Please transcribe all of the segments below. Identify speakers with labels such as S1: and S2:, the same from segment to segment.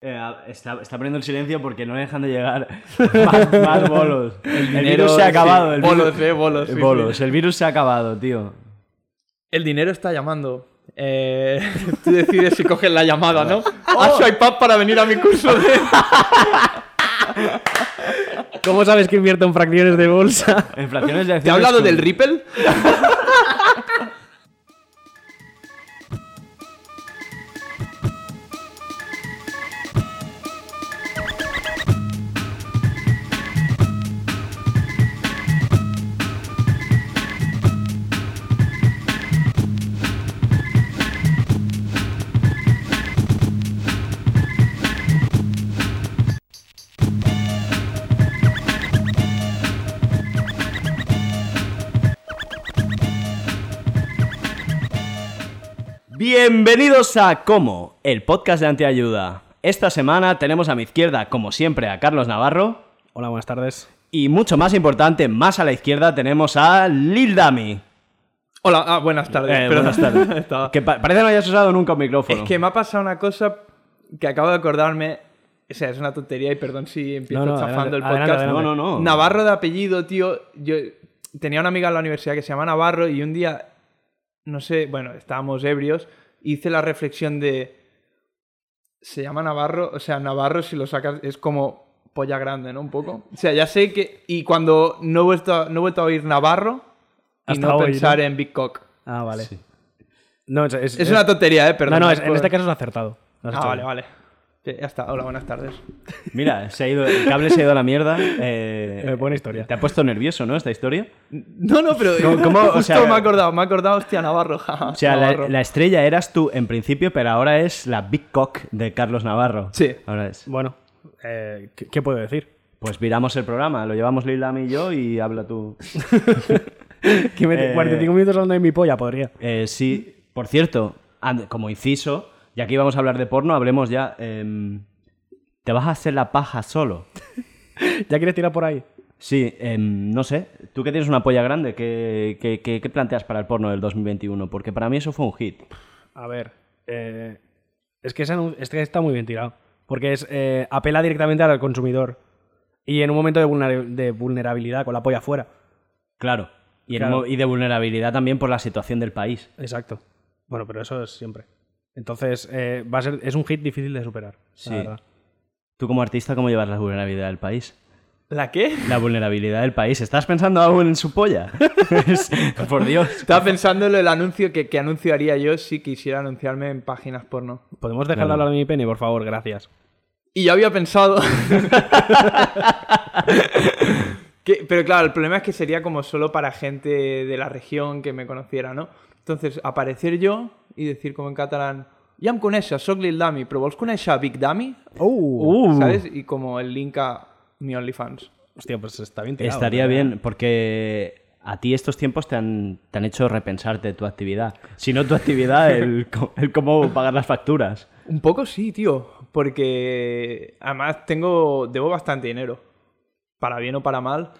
S1: Eh, está, está poniendo el silencio porque no le dejan de llegar más, más bolos. El, virus se ha acabado. El
S2: bolos,
S1: virus,
S2: eh, bolos. sí, sí.
S1: bolos. El virus se ha acabado, tío.
S2: El dinero está llamando. Eh, tú decides si coges la llamada, ¿no?
S1: Oh.
S2: Haz su iPad para venir a mi curso de...
S3: ¿Cómo sabes que invierto en fracciones de bolsa?
S1: Inflaciones de
S2: ¿Te ha hablado del Ripple?
S1: Bienvenidos a Como, el podcast de Antiayuda. Esta semana tenemos a mi izquierda, como siempre, a Carlos Navarro.
S3: Hola, buenas tardes.
S1: Y mucho más importante, más a la izquierda, tenemos a Lil Dami.
S2: Hola, ah, buenas tardes.
S1: Eh,
S2: perdón.
S1: buenas tardes.
S2: Estaba-
S1: Que pa- parece que no hayas usado nunca un micrófono.
S2: Es que me ha pasado una cosa que acabo de acordarme. O sea, es una tontería y perdón si empiezo
S3: No, no,
S2: chafando
S3: adelante,
S2: el podcast.
S3: adelante, adelante.
S1: No, no, no.
S2: Navarro de apellido, tío. Yo tenía una amiga en la universidad que se llama Navarro y un día, no sé, bueno, estábamos ebrios, hice la reflexión de. Se llama Navarro, o sea, Navarro si lo sacas es como polla grande, ¿no? Un poco. O sea, ya sé que. Y cuando no he vuelto a, no he vuelto a oír Navarro y
S3: Hasta
S2: no
S3: hoy,
S2: pensar
S3: ¿no?
S2: en Big Cock.
S3: Ah, vale. No, es, es-
S2: Es una tontería, ¿eh?
S3: No,
S2: Perdón.
S3: no, es- en
S2: por-
S3: este caso es acertado. Lo has
S2: Ah,
S3: hecho
S2: vale,
S3: bien.
S2: vale. Sí, Ya está, hola, buenas tardes.
S1: Mira, se ha ido, el cable se ha ido a la mierda. eh,
S3: Eh, buena historia.
S1: Te ha puesto nervioso, ¿no? Esta historia.
S2: No, no, pero
S1: ¿Cómo- cómo? O
S2: justo
S1: sea-
S2: me he acordado, me he acordado, hostia, Navarro. jaja,
S1: O sea, la,
S2: Navarro.
S1: la estrella eras tú en principio, pero ahora es la Big Cock de Carlos Navarro.
S2: Sí.
S1: Ahora es.
S3: Bueno, eh, ¿qué, qué puedo decir?
S1: Pues viramos el programa, lo llevamos Lil Dami y yo y habla tú.
S3: Que me-
S1: Eh,
S3: 45 minutos hablando de mi polla, podría.
S1: Eh, sí, por cierto, and- como inciso, ya que íbamos a hablar de porno, hablemos ya. em, ¿Te vas a hacer la paja solo?
S3: ¿Ya quieres tirar por ahí?
S1: Sí, em, no sé. Tú que tienes una polla grande, ¿qué, qué, qué- qué planteas para el porno del 2021? Porque para mí eso fue un hit.
S3: A ver, eh, es, que ese anun- es que está muy bien tirado. Porque es, eh, apela directamente al consumidor. Y en un momento de, vulnera- de vulnerabilidad, con la polla fuera.
S1: Claro. Y, en
S3: Claro.
S1: mo- y de vulnerabilidad también por la situación del país.
S3: Exacto. Bueno, pero eso es siempre. Entonces, eh, va a ser, es un hit difícil de superar. la
S1: Sí.
S3: verdad.
S1: Tú como artista, ¿cómo llevas la vulnerabilidad del país?
S2: ¿La qué?
S1: La vulnerabilidad del país. ¿Estás pensando algo en su polla? Es- por Dios.
S2: Estaba pensando en el anuncio que, que anuncio haría yo si quisiera anunciarme en páginas porno.
S3: ¿Podemos dejar
S1: Claro.
S3: de hablar de mi pene, por favor? Gracias.
S2: Y yo había pensado. que- pero claro, el problema es que sería como solo para gente de la región que me conociera, ¿no? Entonces, aparecer yo y decir como en catalán. Jam con esa, soc Lil Dami, pero vos con esa Big Dami,
S3: ¡Uh!
S2: ¿sabes? Y como el link a mi OnlyFans.
S3: Hostia, pues está bien tirado.
S1: Estaría
S3: ¿verdad?
S1: bien, porque a ti estos tiempos te han, te han hecho repensarte tu actividad. Si no tu actividad, el, co- el cómo pagar las facturas.
S2: Un poco sí, tío. Porque además tengo. debo bastante dinero. Para bien o para mal.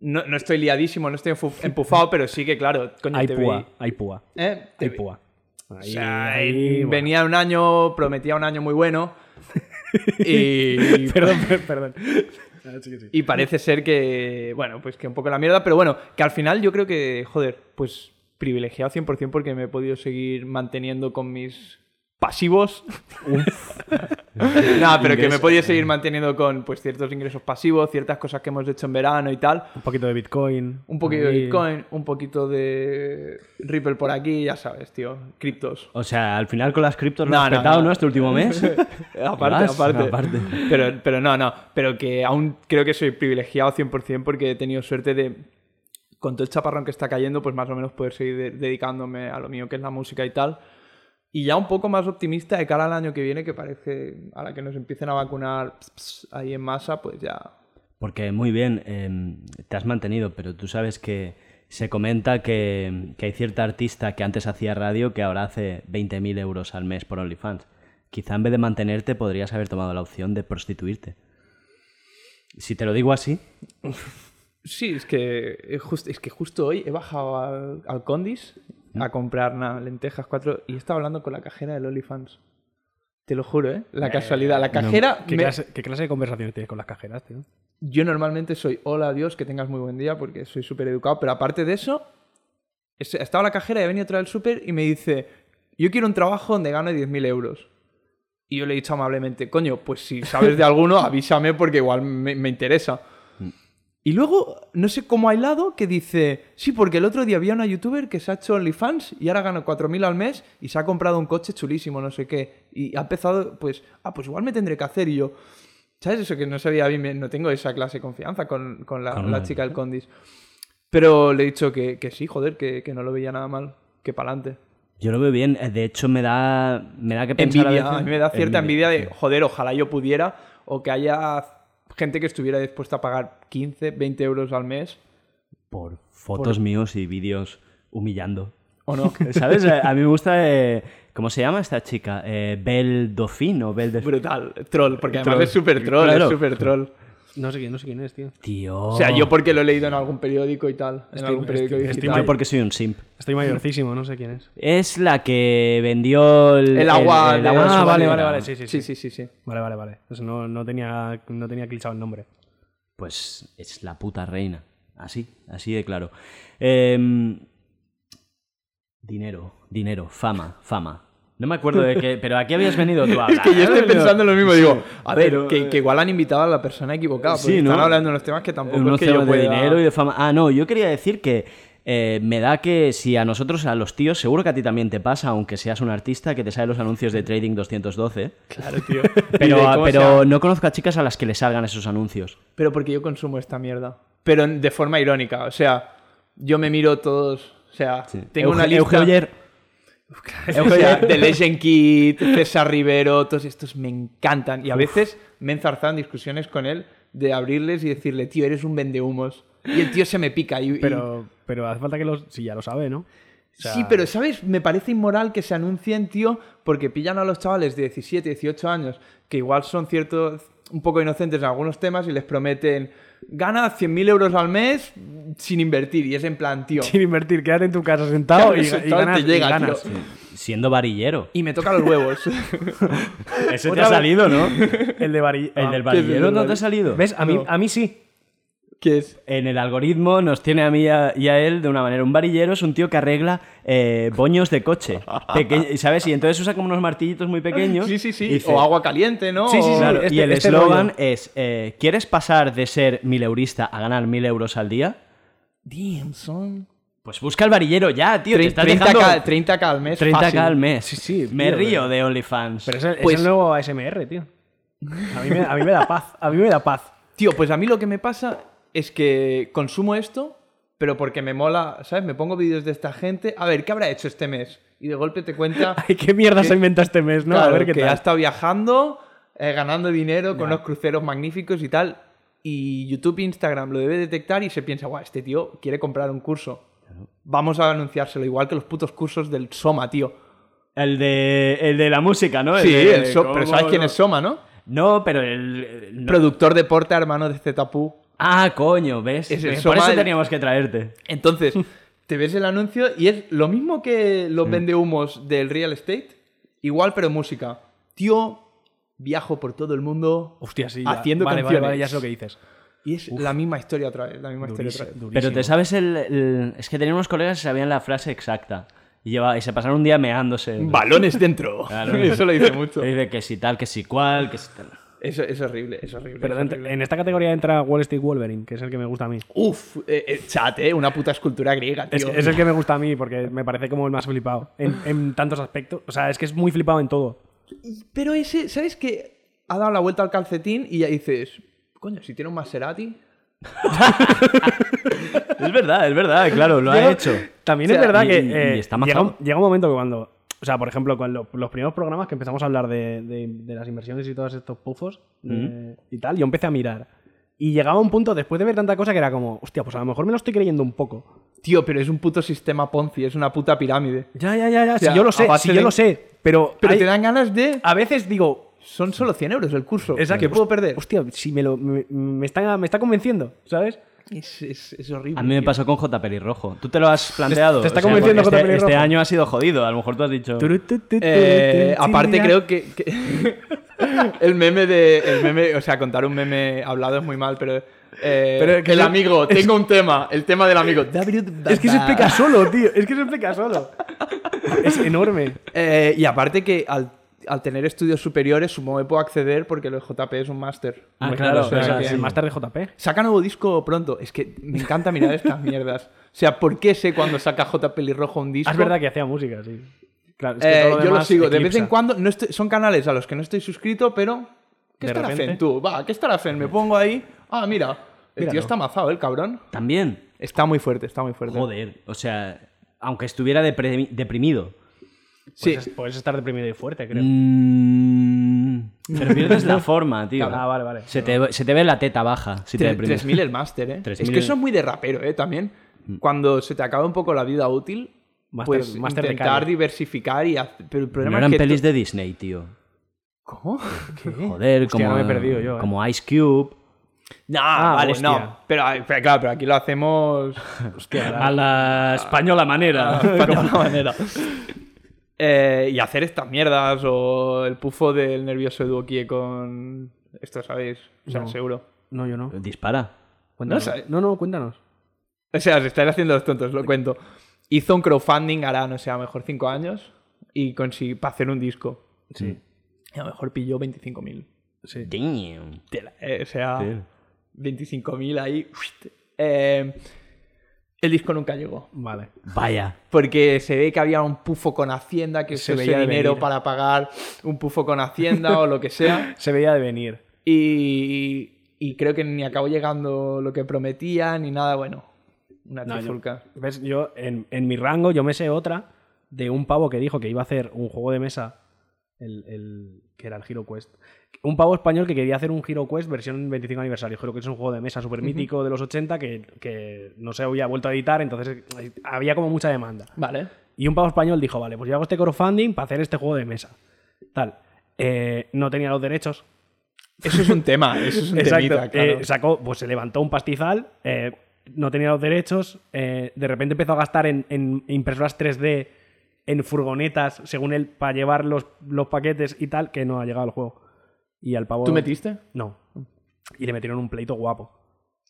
S2: No, no estoy liadísimo, no estoy enfu- empufado, pero sí que, claro, coño,
S3: Hay
S2: te
S3: púa,
S2: vi-
S3: hay púa,
S2: ¿Eh? Te
S3: hay
S2: vi-
S3: púa.
S2: o
S3: Ahí,
S2: sea,
S3: ahí, bueno.
S2: venía un año, prometía un año muy bueno. y,
S3: Perdón, per- perdón.
S2: y parece ser que, bueno, pues que un poco la mierda, pero bueno, que al final yo creo que, joder, pues privilegiado 100% porque me he podido seguir manteniendo con mis pasivos. Nada, pero que me he podido seguir manteniendo con pues ciertos ingresos pasivos, ciertas cosas que hemos hecho en verano y tal.
S3: Un poquito de Bitcoin.
S2: Un poquito de
S3: ahí.
S2: Bitcoin, un poquito de Ripple por aquí, ya sabes, tío, criptos.
S1: O sea, al final con las criptos lo
S2: No,
S1: has
S2: no,
S1: petado,
S2: no.
S1: ¿no? Este último mes.
S2: aparte,
S1: Vas,
S2: aparte.
S1: aparte.
S2: Pero, pero no, no. Pero que aún creo que soy privilegiado 100% porque he tenido suerte de, con todo el chaparrón que está cayendo, pues más o menos poder seguir de- dedicándome a lo mío que es la música y tal. Y ya un poco más optimista de cara al año que viene, que parece a la que nos empiecen a vacunar ps, ps, ahí en masa, pues ya.
S1: Porque muy bien, eh, te has mantenido, pero tú sabes que se comenta que, que hay cierta artista que antes hacía radio que ahora hace 20.000 euros al mes por OnlyFans. Quizá en vez de mantenerte podrías haber tomado la opción de prostituirte. Si te lo digo así,
S2: Sí, es que, eh, jus- es que justo hoy he bajado al, al Condis a comprar na- lentejas cuatro y estaba hablando con la cajera del OnlyFans. Te lo juro, ¿eh? La casualidad. La cajera.
S3: ¿Qué,
S2: me-
S3: clase, qué clase de conversaciones tienes con las cajeras, tío?
S2: Yo normalmente soy hola, adiós, que tengas muy buen día, porque soy súper educado, pero aparte de eso, es- estaba la cajera y ha venido otra del súper y me dice, yo quiero un trabajo donde gane 10.000 euros. Y yo le he dicho amablemente, coño, pues si sabes de alguno, avísame porque igual me, me interesa. Y luego, no sé cómo ha hilado, que dice, sí, porque el otro día había una youtuber que se ha hecho OnlyFans y ahora gana 4.000 al mes y se ha comprado un coche chulísimo, no sé qué. Y ha empezado, pues, ah, pues igual me tendré que hacer y yo. ¿Sabes eso? Que no sabía bien, me- no tengo esa clase de confianza con, con la,
S1: Con
S2: la
S1: la-
S2: chica del Condis. Pero le he dicho que, que sí, joder, que, que no lo veía nada mal, que pa'lante.
S1: yo lo veo bien. Eh, De hecho, me da, me da que pensar.
S2: Envidia,
S1: veces-
S2: a mí me da cierta envidia de, joder, ojalá yo pudiera, o que haya gente que estuviera dispuesta a pagar 15, 20 euros al mes,
S1: Por fotos míos y vídeos humillando.
S2: o no.
S1: ¿Sabes? A a mí me gusta. eh, ¿Cómo se llama esta chica? Eh, Belle Dauphine o Belle de...
S2: Brutal, troll, porque además
S1: Troll.
S2: es súper troll,
S1: Claro. Oh.
S2: es súper troll.
S3: No sé quién, no sé quién es, tío.
S1: Tío.
S2: O sea, yo porque lo he leído en algún periódico y tal, en
S3: Estoy-
S2: algún periódico
S3: estoy-
S2: digital.
S3: estoy
S1: Yo porque soy un simp.
S3: Estoy mayorcísimo, no sé quién es.
S1: Es la que vendió el,
S2: El agua
S1: el- el
S2: de-
S1: agua de
S2: Ah,
S1: su
S2: vale,
S1: manera.
S2: vale,
S3: sí, sí,
S2: Sí,
S3: sí.
S2: sí, sí, sí.
S3: Vale, vale, vale. Pues no, no tenía, no tenía clichado el nombre.
S1: Pues es la puta reina. Así, así de claro. Em, dinero, dinero, fama, fama. No me acuerdo de qué, pero aquí habías venido tú a hablar.
S2: Que yo estoy pensando lo mismo, digo, a ver,
S1: Pero, eh,
S2: que, que igual han invitado a la persona equivocada, porque
S1: sí, ¿no?
S2: están hablando de unos temas que tampoco
S1: Unos
S2: es que yo
S1: temas de
S2: pueda...
S1: dinero y de fama. Ah, no, yo quería decir que eh, me da que si a nosotros, a los tíos, seguro que a ti también te pasa, aunque seas un artista que te sale los anuncios de Trading 212.
S2: Claro, tío. Y de
S1: Pero,
S2: cómo se llama.
S1: pero no conozco a chicas a las que le salgan esos anuncios.
S2: Pero porque yo consumo esta mierda. Pero en- de forma irónica. O sea, yo me miro todos. O sea, tengo una
S1: Euge-
S2: lista.
S1: Eugeoyer,
S2: o sea, The Legend Kid, César Rivero, todos estos me encantan. Y a veces me he enzarzado en discusiones con él de abrirles y decirle, tío, eres un vendehumos. Y el tío se me pica. Y, y-
S3: Pero, pero hace falta que los. Si ya lo sabe, ¿no? O sea,
S2: Sí, pero, ¿sabes? Me parece inmoral que se anuncien, tío, porque pillan a los chavales de 17, 18 años, que igual son ciertos, un poco inocentes en algunos temas, y les prometen, gana 100.000 euros al mes sin invertir. Y es en plan, tío.
S3: Sin invertir, quédate en tu casa sentado
S2: Claro,
S3: y,
S2: eso
S3: y
S2: todo
S3: ganas.
S2: te llega,
S3: y ganas.
S2: tío.
S1: siendo varillero.
S2: Y me toca los huevos.
S1: Ese
S3: Otra vez.
S1: ¿no?
S3: El, de Bari-
S1: El del
S3: Ah,
S1: varillero no te ha
S2: varillero.
S1: salido.
S3: ¿Ves? A mí,
S2: No.
S3: a mí sí.
S2: que es?
S1: En el algoritmo nos tiene a mí y a, y a él de una manera. Un varillero es un tío que arregla eh, boños de coche. Peque- ¿Sabes? Y entonces usa como unos martillitos muy pequeños.
S2: Sí, sí, sí.
S1: y dice-
S2: O agua caliente, ¿no?
S3: Sí, sí,
S2: O-
S3: sí.
S1: Claro, y
S3: este-
S1: el
S3: este
S1: eslogan
S3: rollo.
S1: es: eh, ¿Quieres pasar de ser mileurista a ganar mil euros al día?
S2: Damn, son...
S1: Pues busca el varillero ya, tío. te
S2: Tre-
S1: estás
S2: 30
S1: dejando
S2: k 30 k al mes.
S1: 30K
S2: fácil.
S1: al mes.
S3: Sí, sí,
S1: Me
S3: tío,
S1: río de OnlyFans.
S3: Pero es el, es
S2: Pues-
S3: el nuevo ASMR, tío. A mí, me, a mí me da paz. A mí me da paz.
S2: Tío, pues a mí lo que me pasa es que consumo esto, pero porque me mola, ¿sabes? Me pongo vídeos de esta gente. A ver, ¿qué habrá hecho este mes? Y de golpe te cuenta
S3: Ay, qué mierda se inventa este mes, ¿no? a
S2: claro,
S3: ver qué
S2: que
S3: tal.
S2: ha estado viajando, eh, ganando dinero con unos cruceros magníficos y tal. Y YouTube e Instagram lo debe detectar y se piensa, guau, este tío quiere comprar un curso. Vamos a anunciárselo, igual que los putos cursos del Soma, tío.
S1: El de, el de la música, ¿no? El
S2: Sí,
S1: de-
S2: el So-
S1: ¿cómo
S2: pero sabes quién
S1: no?
S2: es Soma, ¿no?
S1: No, pero el. el- no.
S2: Productor de Porta, hermano de Zetapu.
S1: Ah, coño, ¿ves? Pues
S2: Es el
S1: Por
S2: Soma
S1: eso
S2: del-
S1: teníamos que traerte.
S2: Entonces, te ves el anuncio y es lo mismo que los vendehumos del real estate, igual pero música. Tío, viajo por todo el mundo
S3: Hostia, sí. ya.
S2: haciendo
S3: Vale, vale,
S2: canciones.
S3: vale, ya es lo que dices.
S2: Y es la misma historia otra vez, la misma historia
S3: Durísimo,
S2: otra vez.
S3: durísimo.
S1: Pero te sabes el, el- Es que tenía unos colegas que sabían la frase exacta. Y, lleva- y se pasaron un día meándose.
S2: Balones dentro.
S1: Claro.
S2: Eso lo dice mucho.
S3: Eh.
S1: Y dice que si tal, que si cual, que si tal.
S2: Eso es horrible, es horrible.
S3: Pero
S2: es
S3: dentro- eh.
S2: horrible.
S3: en esta categoría entra Wall Street Wolverine, que es el que me gusta a mí.
S2: Uf, eh, eh, chat, eh, una puta escultura griega,
S3: Es,
S2: tío.
S3: es el que me gusta a mí porque me parece como el más flipado en, en tantos aspectos. O sea, es que es muy flipado en todo.
S2: Y- Pero ese, ¿sabes qué? Ha dado la vuelta al calcetín y ya dices, coño, si tiene un Maserati,
S1: Es verdad, es verdad, claro, lo ha
S3: Llega-
S1: hecho.
S3: También
S2: O sea,
S3: es verdad
S1: y-
S3: que
S1: y-
S3: eh,
S1: y está más
S3: llega, un,
S1: jodido.
S3: llega un momento que cuando O sea, por ejemplo, con lo- los primeros programas que empezamos a hablar de, de- de las inversiones y todos estos pufos eh, y tal, yo empecé a mirar. Y llegaba un punto, después de ver tanta cosa, que era como, hostia, pues a lo mejor me lo estoy creyendo un poco.
S2: Tío, pero es un puto sistema Ponzi, es una puta pirámide.
S3: Ya, ya, ya, ya.
S2: sea,
S3: si yo lo
S2: a
S3: sé,
S2: base
S3: si yo
S2: de-
S3: lo sé. Pero,
S2: Pero
S3: hay-
S2: te dan ganas de...
S3: a veces digo,
S2: Son solo 100 euros el curso.
S3: Exacto.
S2: ¿Qué puedo perder?
S3: hostia, si me lo me, me está, me está convenciendo, ¿sabes?
S2: Es, es- es horrible.
S1: A mí me
S2: tío.
S1: pasó con J. Pelirrojo. ¿Tú te lo has planteado?
S3: te está convenciendo
S1: porque
S3: J.
S1: este,
S3: Pelirrojo.
S1: este año ha sido jodido. A lo mejor tú has dicho...
S2: Eh, aparte creo que, que- el meme de el meme, o sea, contar un meme hablado es muy mal, pero, eh,
S3: Pero que
S2: el
S3: yo-
S2: amigo, tengo un tema, el tema del amigo.
S3: Es que se explica solo, tío. Es que se explica solo. Es enorme.
S2: Eh, y aparte que al, al tener estudios superiores, supongo que puedo acceder porque los JP es un máster.
S1: Ah,
S3: Hombre,
S1: claro,
S3: o sea,
S2: o sea,
S3: que
S2: sí.
S3: más tarde JP.
S2: Saca nuevo disco pronto. Es que me encanta mirar estas mierdas. O sea, ¿por qué sé cuando saca J Pelirrojo un disco?
S3: Ah, Es verdad que hacía música, sí. Claro, es que
S2: Eh,
S3: todo
S2: yo lo
S3: demás
S2: sigo. De vez
S3: eclipsa.
S2: en cuando, no estoy- son canales a los que no estoy suscrito, pero. ¿Qué
S3: De
S2: estará
S3: repente.
S2: Fen tú? Va, ¿qué estará Fen? Me pongo ahí. Ah, mira. El tío
S3: Míralo.
S2: está amazado, el cabrón.
S1: También.
S2: Está muy fuerte, está muy fuerte.
S1: Joder. O sea, aunque estuviera depre- deprimido.
S2: Sí.
S3: Puedes- Puedes estar deprimido y fuerte, creo.
S1: Mm, pero pierdes la forma, tío.
S3: Ah, vale, vale.
S1: Se te, se te ve la teta baja si te
S2: Tre-
S1: deprimes.
S2: 3000 el máster, ¿eh?
S1: 3000.
S2: Es que eso es muy de rapero, ¿eh? También. Cuando se te acaba un poco la vida útil,
S3: Máster-
S2: pues
S3: máster de
S2: intentar
S3: calle.
S2: diversificar y hacer... Pero el
S1: No
S2: problema
S1: eran
S2: es que...
S1: pelis
S2: to-
S1: de Disney, tío.
S2: ¿Cómo?
S1: Joder,
S3: Hostia,
S1: como,
S3: no me he perdido yo, eh.
S1: como Ice Cube.
S2: No,
S3: Ah,
S2: vale,
S3: hostia.
S2: no. Pero, pero claro, pero aquí lo hacemos...
S1: A la española
S3: Ah,
S1: manera.
S2: de alguna manera. Eh, y hacer estas mierdas o el pufo del nervioso Eduquie con... Esto sabéis, o sea, seguro.
S3: No, yo no.
S1: Dispara.
S3: Cuéntanos.
S2: sabe-
S3: No, no, cuéntanos.
S2: O sea, os estáis haciendo los tontos, lo cuento. Hizo un crowdfunding hará, no sé, a lo mejor 5 años y consiguió para hacer un disco.
S3: Sí.
S2: Y a lo mejor pilló 25.000.
S3: Sí.
S1: Damn.
S2: Tela, eh, o sea,
S1: Tela.
S2: 25.000 ahí. uist. Eh, el disco nunca llegó.
S3: Vale.
S1: Vaya.
S2: Porque se ve que había un pufo con Hacienda, que se
S3: Se veía
S2: dinero
S3: venir.
S2: para pagar un pufo con Hacienda o lo que sea.
S3: Se veía de venir.
S2: Y, y creo que ni acabó llegando lo que prometía, ni nada bueno. Una
S3: No, yo-
S2: trifulca.
S3: ¿Ves? Yo, en, en mi rango, yo me sé otra de un pavo que dijo que iba a hacer un juego de mesa, el, el- que era el Hero Quest. Un pavo español que quería hacer un Hero Quest versión 25 aniversario. Creo que es un juego de mesa súper mítico de los 80 que, que no se había vuelto a editar, entonces eh, había como mucha demanda.
S2: Vale.
S3: Y un pavo español dijo, vale, pues yo hago este crowdfunding para hacer este juego de mesa. Tal. Eh, no tenía los derechos,
S2: Eso es un tema, eso es un temita, claro.
S3: eh, sacó, pues se levantó un pastizal, eh, no tenía los derechos, eh, de repente empezó a gastar en, en impresoras 3D, en furgonetas, según él, para llevar los, los paquetes y tal, que no ha llegado al juego. Y al pavo.
S2: ¿Tú metiste?
S3: No. Y le metieron un pleito guapo.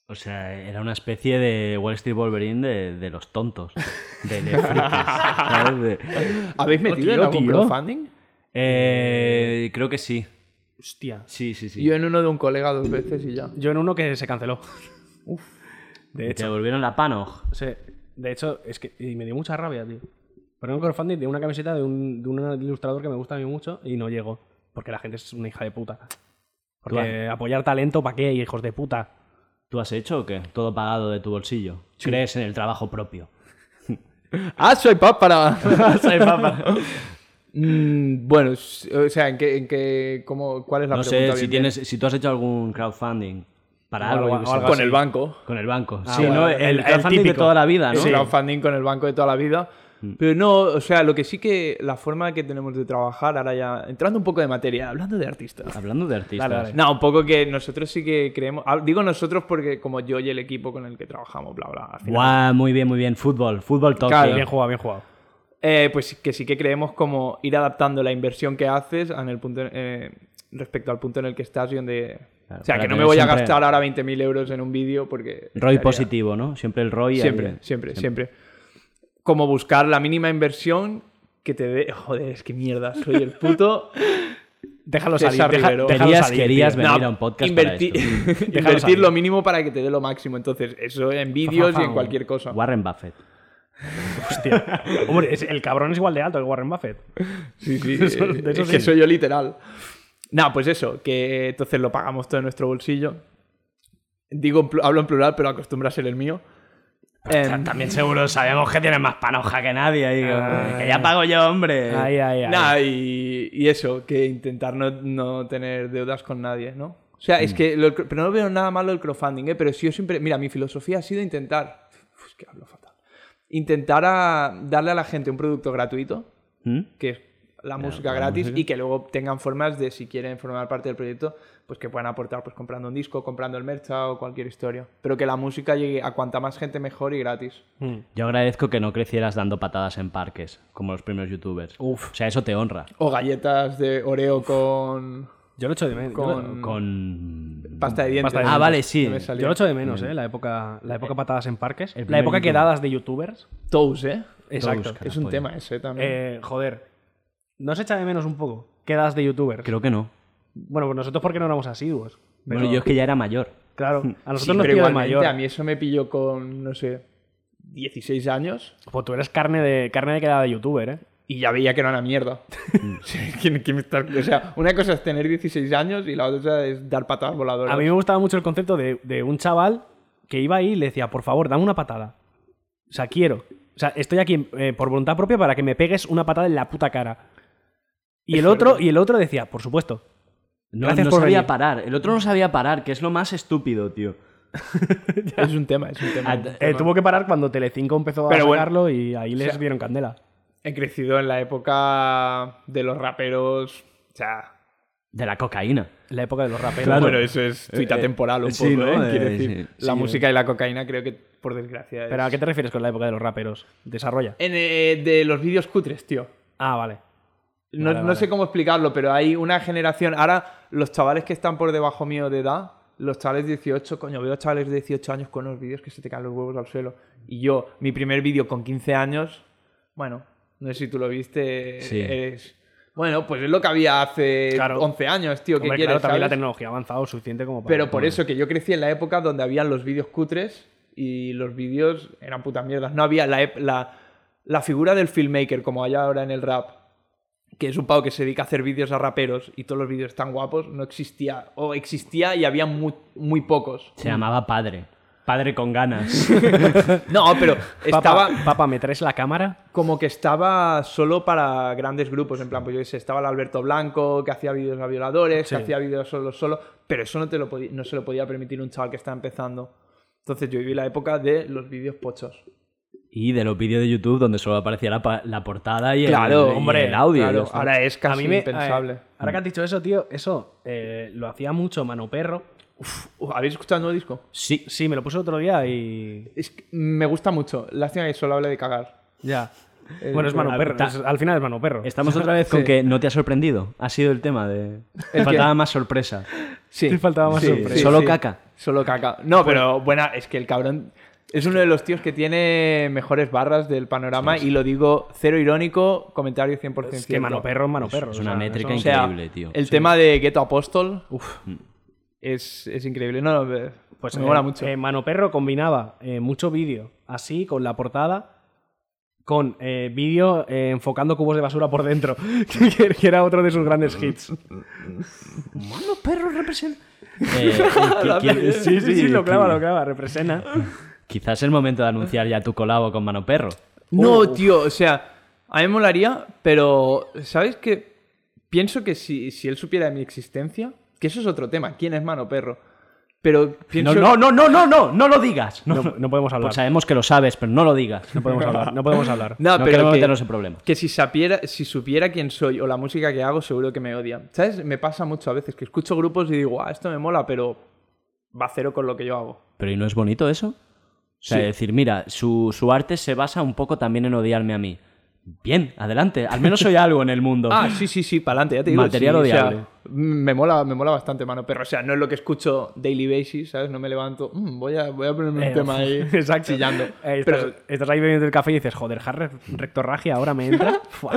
S1: O sea, era una especie de Wall Street Wolverine de, de los tontos. De Netflix. ¿sabes? De-
S2: ¿Habéis metido en
S3: tío,
S2: algún
S3: tío.
S2: crowdfunding?
S1: Eh, creo que sí.
S3: Hostia.
S1: Sí, sí, sí.
S2: Yo en uno de un colega dos veces y ya.
S3: Yo en uno que se canceló. De
S1: Te
S3: hecho,
S1: volvieron la panog.
S3: sí. de hecho, es que y me dio mucha rabia, tío. Pero un crowdfunding de una camiseta de un, de un ilustrador que me gusta a mí mucho y no llegó. Porque la gente es una hija de puta. Porque
S1: Claro.
S3: apoyar talento, ¿para qué, hijos de puta?
S1: ¿Tú has hecho o qué? Todo pagado de tu bolsillo. Crees en el trabajo propio.
S2: ¡Ah, soy pápara! soy pápara. Mm, bueno, s- o sea, ¿en qué, en qué, cómo, ¿cuál es la
S1: No
S2: pregunta?
S1: sé si
S2: bien,
S1: tienes, si tú has hecho algún crowdfunding para
S3: O
S1: algo. yo
S3: algo-
S1: qué sé.
S3: o
S2: bien?
S3: algo
S2: Con
S3: así.
S2: el banco.
S1: Con el banco.
S3: Ah,
S1: sí,
S3: bueno,
S1: ¿no?
S3: el-
S1: El,
S3: el
S1: crowdfunding de
S3: típico.
S1: toda la vida, ¿no?
S2: ¿no? Mm. crowdfunding con el banco de toda la vida. Pero no, o sea, lo que sí que la forma que tenemos de trabajar, ahora ya entrando un poco de materia, hablando de artistas.
S1: Hablando de artistas.
S3: Dale, dale.
S2: No, un poco que nosotros sí que creemos, ah, digo nosotros porque como yo y el equipo con el que trabajamos, bla, bla, al final.
S1: Guau, muy bien, muy bien. Fútbol, fútbol top.
S2: Claro,
S3: Bien jugado, bien jugado.
S2: Eh, pues que sí que creemos como ir adaptando la inversión que haces en el punto, eh, respecto al punto en el que estás y donde...
S1: Claro,
S2: o sea, que
S1: para
S2: no me
S1: tener
S2: voy a
S1: siempre-
S2: gastar ahora 20.000 euros en un vídeo porque...
S1: Roy
S2: estaría-
S1: positivo, ¿no? Siempre el Roy. ahí.
S2: Siempre, siempre, siempre. Como buscar la mínima inversión que te dé... Joder, es que mierda, soy el puto...
S3: Déjalo
S2: César
S3: salir. deja-
S2: Rivero.
S3: déjalo
S1: Querías-
S3: salir,
S1: querías
S3: tío.
S1: ver- Venir a un podcast para esto.
S2: invertir
S3: salir.
S2: lo mínimo para que te dé lo máximo. Entonces, eso en vídeos y en cualquier cosa.
S1: Warren Buffett.
S3: Hostia. Hombre, es- el cabrón es igual de alto que Warren Buffett.
S2: Sí, sí,
S3: Eso-
S2: eh,
S3: de eso
S2: es que
S3: sí.
S2: soy yo literal. Nada, pues eso, que entonces lo pagamos todo en nuestro bolsillo. Digo, en plu- hablo en plural, pero acostumbra a ser el mío. Em,
S1: También seguro sabemos que tienes más panoja que nadie. ahí, que ya pago yo, hombre.
S3: Ay, ay, ay.
S2: Nah, y, y eso, que intentar no, no tener deudas con nadie, ¿no? O sea, es que lo- pero no veo nada malo el crowdfunding, ¿eh? Pero si yo siempre. Mira, mi filosofía ha sido intentar. Uf, es que hablo fatal. Intentar a- darle a la gente un producto gratuito,
S1: ¿Mm?
S2: que es la música gratis, y que luego tengan formas de, si quieren formar parte del proyecto, pues que puedan aportar, pues comprando un disco, comprando el mercha o cualquier historia. Pero que la música llegue a cuanta más gente mejor y gratis.
S1: Yo agradezco que no crecieras dando patadas en parques, como los primeros youtubers. Uf. O sea, eso te honra.
S2: O galletas de Oreo con.
S3: Yo lo echo de menos. yo lo-
S2: con.
S1: Con.
S2: Pasta de dientes.
S3: Pasta de
S1: Ah,
S3: dientes.
S1: vale, sí.
S2: No me salía.
S3: Yo lo echo de menos, ¿eh? La época, la época patadas en parques. La
S1: primer
S3: época
S1: youtuber.
S3: quedadas de youtubers.
S2: Toast, ¿eh?
S3: Exacto.
S1: Toast,
S2: Es un
S1: Carapollo.
S2: tema ese también.
S3: Eh, joder. ¿No se echa de menos un poco? Quedadas de youtubers.
S1: Creo que no.
S3: Bueno, pues nosotros porque no éramos asiduos. Pero,
S1: Bueno, yo es que ya era mayor.
S3: Claro, a nosotros
S2: Sí,
S3: nos
S2: pero
S3: pilló de
S2: igualmente,
S3: mayor.
S2: a mí eso me pilló con, no sé, 16 años
S3: Pues tú eres carne de, carne de quedada de youtuber, ¿eh?
S2: y ya veía que era una mierda. Sí, ¿quién- quién me está- O sea, una cosa es tener 16 años y la otra es dar patadas voladoras.
S3: A mí me gustaba mucho el concepto de, de un chaval que iba ahí y le decía, por favor, dame una patada. O sea, quiero. O sea, estoy aquí eh, por voluntad propia para que me pegues una patada en la puta cara. Y el otro, y el otro decía, por supuesto.
S1: No,
S3: Gracias
S1: no
S3: por
S1: sabía
S3: venir.
S1: parar. El otro no sabía parar, que es lo más estúpido, tío.
S2: Es un tema, es un tema.
S1: Ah,
S2: es un
S1: eh,
S3: Eh,
S2: tema.
S3: tuvo que parar cuando Telecinco empezó a
S2: Pero bueno.
S3: sacarlo y ahí les
S2: sea,
S3: dieron candela.
S2: He crecido en la época de los raperos. O sea,
S1: De la cocaína.
S3: La época de los raperos.
S2: bueno, eso es tuita temporal un
S1: eh,
S2: poco,
S1: sí, ¿no?
S2: ¿eh?
S1: Eh,
S2: Quiero decir,
S1: sí,
S2: la música y la cocaína creo que, por desgracia, es-
S3: Pero ¿a qué te refieres con la época de los raperos? Desarrolla.
S2: En, eh, de los vídeos cutres, tío.
S3: Ah, vale.
S2: No,
S3: Vale,
S2: no
S3: vale.
S2: sé cómo explicarlo, pero hay una generación. Ahora, los chavales que están por debajo mío de edad, los chavales 18, coño, veo chavales de 18 años con unos vídeos que se te caen los huevos al suelo. Y yo, mi primer vídeo con 15 años, bueno, no sé si tú lo viste.
S1: Sí.
S2: eres- Bueno, pues es lo que había hace
S3: Claro.
S2: 11 años, tío. ¿Qué
S3: Hombre,
S2: quieres?
S3: claro, también la
S2: sabes?
S3: tecnología ha avanzado suficiente como para...
S2: Pero por eso que yo crecí en la época donde habían los vídeos cutres y los vídeos eran putas mierdas. No había la, ep- la, la figura del filmmaker como hay ahora en el rap, que es un pavo que se dedica a hacer vídeos a raperos y todos los vídeos están guapos, no existía. O existía y había muy, muy pocos.
S1: Se llamaba padre. Padre con ganas.
S2: No, pero
S3: Papá,
S2: estaba
S3: papá, ¿me traes la cámara?
S2: como que estaba solo para grandes grupos. En plan, pues yo qué sé, estaba el Alberto Blanco, que hacía vídeos a violadores,
S3: Sí.
S2: que hacía vídeos solo, solo. Pero eso no, te lo podí- no se lo podía permitir un chaval que está empezando. Entonces yo viví la época de los vídeos pochos.
S1: y de los vídeos de YouTube donde solo aparecía la, pa- la portada y el,
S2: Claro,
S1: y
S2: hombre,
S1: el audio.
S2: claro,
S1: ya está.
S2: ahora es casi
S3: me-
S2: impensable.
S3: eh, ahora que has dicho eso, tío, eso eh, lo hacía mucho Mano Perro.
S2: Uf, ¿Habéis escuchado el nuevo disco?
S1: Sí.
S3: Sí, me lo puse otro día y...
S2: Es que me gusta mucho. Lástima que solo hable de cagar.
S3: Ya. bueno, es
S2: pero-
S3: Mano Perro.
S1: Ta-
S3: es- al final es Mano Perro.
S1: Estamos otra vez con
S2: Sí.
S1: que no te ha sorprendido. Ha sido el tema de.
S2: ¿El
S1: Faltaba
S2: qué?
S1: más sorpresa.
S2: Sí.
S3: Te faltaba más sorpresa.
S1: Solo caca.
S2: Solo caca. No, pero buena, es que el cabrón es uno de los tíos que tiene mejores barras del panorama y lo digo cero irónico, comentario 100%
S3: Es que
S2: cierto.
S3: Mano Perro es Mano Perro.
S1: es una métrica
S3: eso-
S2: O sea,
S1: Increíble, tío. Eh, Mm.
S2: El tema de Ghetto Apóstol, uf, es, es increíble. No, no, eh,
S3: Pues
S2: me
S3: eh,
S2: mola mucho.
S3: eh, Mano Perro combinaba eh, mucho vídeo así, con la portada, con eh, vídeo eh, enfocando cubos de basura por dentro, que, que era otro de sus grandes hits.
S1: Los perros representan. sí, sí,
S3: lo
S1: qui-
S3: clava, lo clava, representa.
S1: Quizás es el momento de anunciar ya tu colabo con Mano Perro.
S2: no,
S3: uh.
S2: tío, o sea, a mí me molaría, pero ¿sabes qué? Pienso que si, si él supiera de mi existencia, que eso es otro tema, ¿quién es Mano Perro? Pero pienso...
S1: No, no, no, no, no, no, no lo digas. No,
S3: No, no podemos hablar.
S1: Pues sabemos que lo sabes, pero no lo digas.
S3: no podemos hablar. No podemos hablar.
S2: No,
S1: No
S2: pero
S1: queremos
S2: que-
S1: meternos en problemas.
S2: Que si, sapiera- si supiera quién soy o la música que hago, seguro que me odia. ¿Sabes? Me pasa mucho a veces que escucho grupos y digo, ah, esto me mola, pero va cero con lo que yo hago.
S1: Pero ¿y no es bonito eso? O sea, decir, mira, su, su arte se basa un poco también en odiarme a mí. Bien, adelante. Al menos soy algo en el mundo.
S2: Ah, sí, sí, sí, para adelante, ya te digo.
S1: Material
S2: sí, o sea,
S1: odiable.
S2: me, mola, me mola bastante, mano. Pero, o sea, no es lo que escucho daily basis, ¿sabes? No me levanto, "Mm, voy, a, voy a ponerme un
S3: Eh,
S2: tema ahí
S3: Exacto.
S2: chillando.
S3: Eh, estás,
S2: pero,
S3: estás ahí bebiendo el café y dices, joder, Harry, rectorragia, ahora me entra. Fua.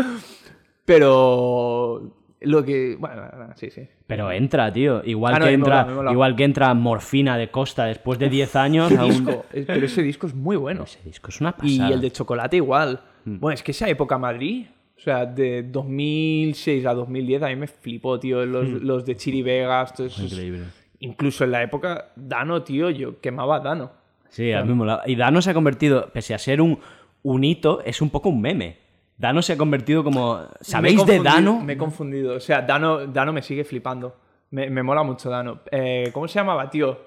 S2: pero lo que... Bueno, nada, nada, sí, sí.
S1: Pero entra, tío. Igual,
S2: Ah, no,
S1: que
S2: me
S1: entra,
S2: mola, me mola.
S1: igual que entra morfina de Costa después de 10 años. a un-
S2: Disco, eh, pero ese disco es muy bueno.
S1: Ese disco es una
S2: Y
S1: pasada.
S2: el de chocolate igual.
S1: Hmm.
S2: Bueno, es que esa época Madrid, o sea, de 2006 a 2010, a mí me flipó, tío. Los, los de Chiri Vegas, todo eso.
S1: Hmm. Increíble.
S2: Incluso en la época Dano, tío, yo quemaba a Dano.
S1: Sí, al mismo lado. Y Dano se ha convertido, pese a ser un, un hito, es un poco un meme. Dano se ha convertido como. ¿Sabéis
S2: Me he
S1: de
S2: confundido-
S1: Dano?
S2: Me he confundido. O sea, Dano, Dano me sigue flipando. Me, me mola mucho Dano. Eh, ¿Cómo se llamaba, tío?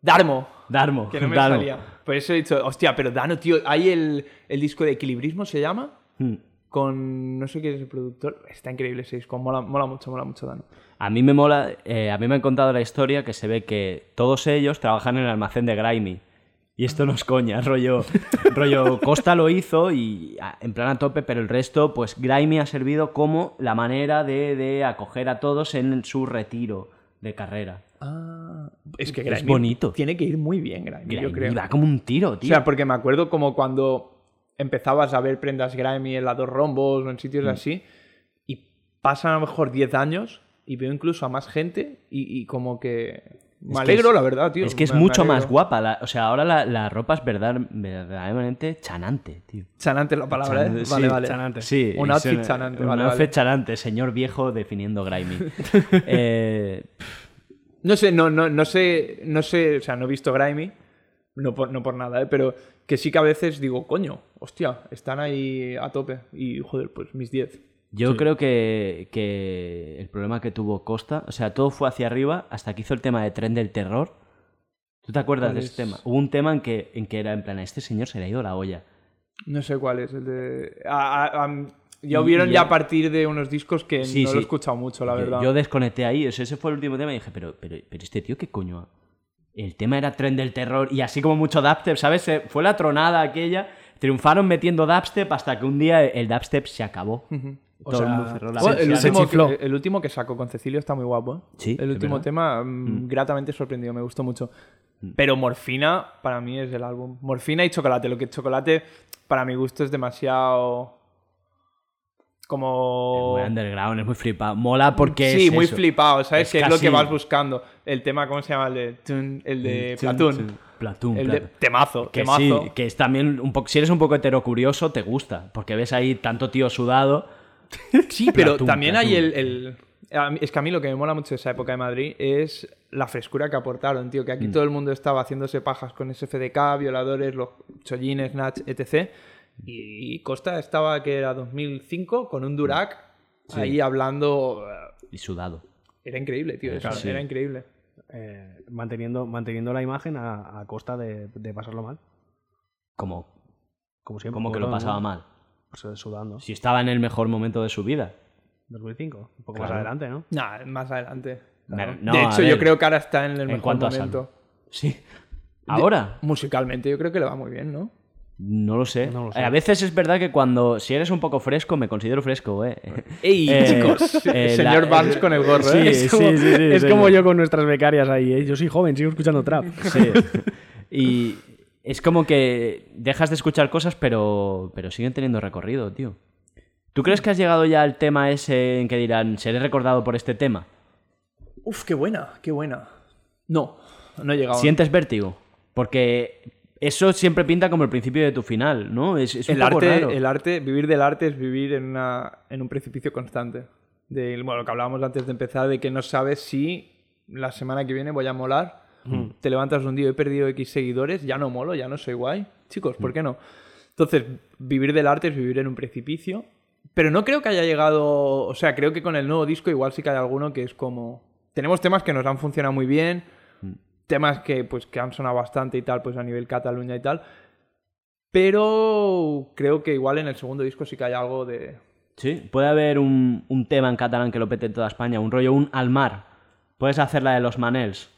S2: Darmo.
S1: Darmo.
S2: Que no me
S1: Darmo.
S2: salía. Por eso he dicho, hostia, pero Dano, tío, hay el, el disco de Equilibrismo, ¿se llama?
S1: Hmm.
S2: Con, no sé quién es el productor. Está increíble ese disco. Mola, mola mucho, mola mucho Dano.
S1: A mí me mola, eh, a mí me han contado la historia que se ve que todos ellos trabajan en el almacén de Grimy. Y esto no es coña, rollo, rollo Costa lo hizo y a- en plan a tope, pero el resto, pues Grimy ha servido como la manera de, de acoger a todos en su retiro de carrera.
S2: Es Ah, que
S1: Es
S2: Grimy
S1: bonito.
S2: Tiene que ir muy bien, Grimy, yo
S1: Grimy
S2: creo.
S1: va como un tiro,
S2: O
S1: tío.
S2: sea, porque me acuerdo como cuando empezabas a ver prendas Grimy en las dos rombos o en sitios
S1: Mm.
S2: así, y pasan a lo mejor 10 años y veo incluso a más gente y, y como que... Me
S1: Es que
S2: alegro,
S1: es-
S2: la verdad, tío.
S1: es que es
S2: me- me
S1: mucho más
S2: alegro.
S1: guapa. la- o sea, ahora la, la ropa es verdad, verdaderamente chanante, tío.
S2: Chanante es la palabra, ¿eh?
S1: Chan- sí,
S2: vale, vale.
S3: chanante.
S1: Sí,
S2: Un
S1: es
S2: outfit
S1: una-
S2: chanante,
S1: Un
S2: vale,
S1: outfit
S2: vale.
S1: chanante, señor viejo definiendo grimy. Eh,
S2: No sé, no, no, no sé, no sé, o sea, no he visto Grimy, no por, no por nada, ¿eh? pero que sí que a veces digo, coño, hostia, están ahí a tope. Y joder, pues mis 10.
S1: yo creo que, que el problema que tuvo Costa, o sea, todo fue hacia arriba hasta que hizo el tema de Tren del Terror. ¿Tú te acuerdas
S2: ¿Cuál
S1: de ese
S2: es?
S1: tema? Hubo un tema en que, en que era en plan, a este señor se le ha ido la olla.
S2: No sé cuál es el de. a- a- am- ya hubieron ya a partir de unos discos que
S1: Mm, Sí,
S2: no
S1: sí.
S2: lo he escuchado mucho, la
S1: Yo-
S2: verdad.
S1: Yo desconecté ahí, o sea, ese fue el último tema y dije, pero, pero, pero este tío, ¿qué coño? ha- El tema era tren del terror y así como mucho dubstep, ¿sabes? Se- Fue la tronada aquella, triunfaron metiendo dubstep hasta que un día el dubstep se acabó.
S3: O
S1: Todo el
S3: sea,
S1: mundo cerró la
S2: Bueno, el,
S1: persiana.
S2: último
S3: chifló.
S2: que, el último que sacó con Cecilio está muy guapo. ¿eh?
S1: Sí,
S2: el
S1: es
S2: último
S1: verdad. Mm.
S2: tema, mm, gratamente sorprendido, me gustó mucho. Pero Morfina, para mí, es el álbum. Morfina y Chocolate. Lo que Chocolate, para mi gusto, es demasiado. Como.
S1: Es muy underground, es muy flipado. Mola porque
S2: sí,
S1: es
S2: muy
S1: eso.
S2: flipado, ¿sabes?
S1: Es
S2: que es lo
S1: casi-
S2: que vas buscando. El tema, ¿cómo se llama? El de, Tun- el de
S1: Chun,
S2: Platoon.
S1: chun. Platoon,
S2: El de
S1: Platoon.
S2: temazo,
S1: Que sí,
S2: temazo.
S1: que es también un poco... Si eres un poco heterocurioso, te gusta. Porque ves ahí tanto tío sudado...
S2: Sí, pero
S1: Platoon,
S2: también hay
S1: Platoon.
S2: el, el- a mí- Es que a mí lo que me mola mucho de esa época de Madrid es la frescura que aportaron, tío. Que
S1: Mm.
S2: aquí todo el mundo estaba haciéndose pajas con SFDK, violadores, los chollines, Natch, etc. Y, y Costa estaba, que era 2005, con un Durac ahí hablando. eh,
S1: Y sudado.
S2: Era increíble, tío. eso,
S1: Claro, sí.
S2: Era increíble.
S3: eh, manteniendo, manteniendo la imagen a, a costa de, de pasarlo mal.
S1: Como,
S3: Como siempre.
S1: como que lo
S3: todo el
S1: pasaba
S3: mundo,
S1: mal.
S3: pues, sudando.
S1: Si estaba en el mejor momento de su vida.
S3: 2005. Un poco
S1: Claro.
S3: más adelante, ¿no?
S2: Nah, más adelante.
S1: Claro.
S2: Claro.
S1: No,
S2: de
S1: a
S2: hecho,
S1: ver,
S2: yo creo que ahora está en el mejor
S1: cuanto a salud.
S2: momento.
S1: Sí. Ahora,
S2: Musicalmente, yo creo que le va muy bien, ¿no?
S1: no lo sé.
S3: No lo sé.
S1: Eh, A veces es verdad que cuando, si eres un poco fresco, me considero fresco, eh.
S2: ¡Ey,
S1: Eh,
S2: chicos!
S1: eh,
S2: señor
S1: la-
S2: Barnes con el gorro,
S1: Sí,
S2: ¿eh?
S3: es como,
S1: sí, sí, sí,
S3: es
S1: sí.
S3: como yo con nuestras becarias ahí. ¿eh? Yo soy joven, sigo escuchando trap. Eh,
S1: Sí. Y es como que dejas de escuchar cosas, pero, pero siguen teniendo recorrido, tío. ¿Tú crees que has llegado ya al tema ese en que dirán, seré recordado por este tema?
S2: Uf, qué buena, qué buena. No, no he llegado.
S1: ¿Sientes vértigo? Porque eso siempre pinta como el principio de tu final, ¿no? Es, es un
S2: el
S1: poco
S2: arte,
S1: raro.
S2: el arte, vivir del arte es vivir en, una, en un precipicio constante. De, bueno, lo que hablábamos antes de empezar, de que no sabes si la semana que viene voy a molar. Te levantas un día, he perdido X seguidores, ya no molo, ya no soy guay. Chicos, ¿por qué no? Entonces, vivir del arte es vivir en un precipicio. Pero no creo que haya llegado. O sea, creo que con el nuevo disco igual sí que hay alguno que es como. Tenemos temas que nos han funcionado muy bien.
S1: Mm.
S2: Temas que, pues, que han sonado bastante y tal, pues a nivel Cataluña y tal. Pero creo que igual en el segundo disco sí que hay algo de.
S1: Sí, puede haber un, un tema en catalán que lo pete en toda España, un rollo, un al mar. Puedes hacer la de los Manels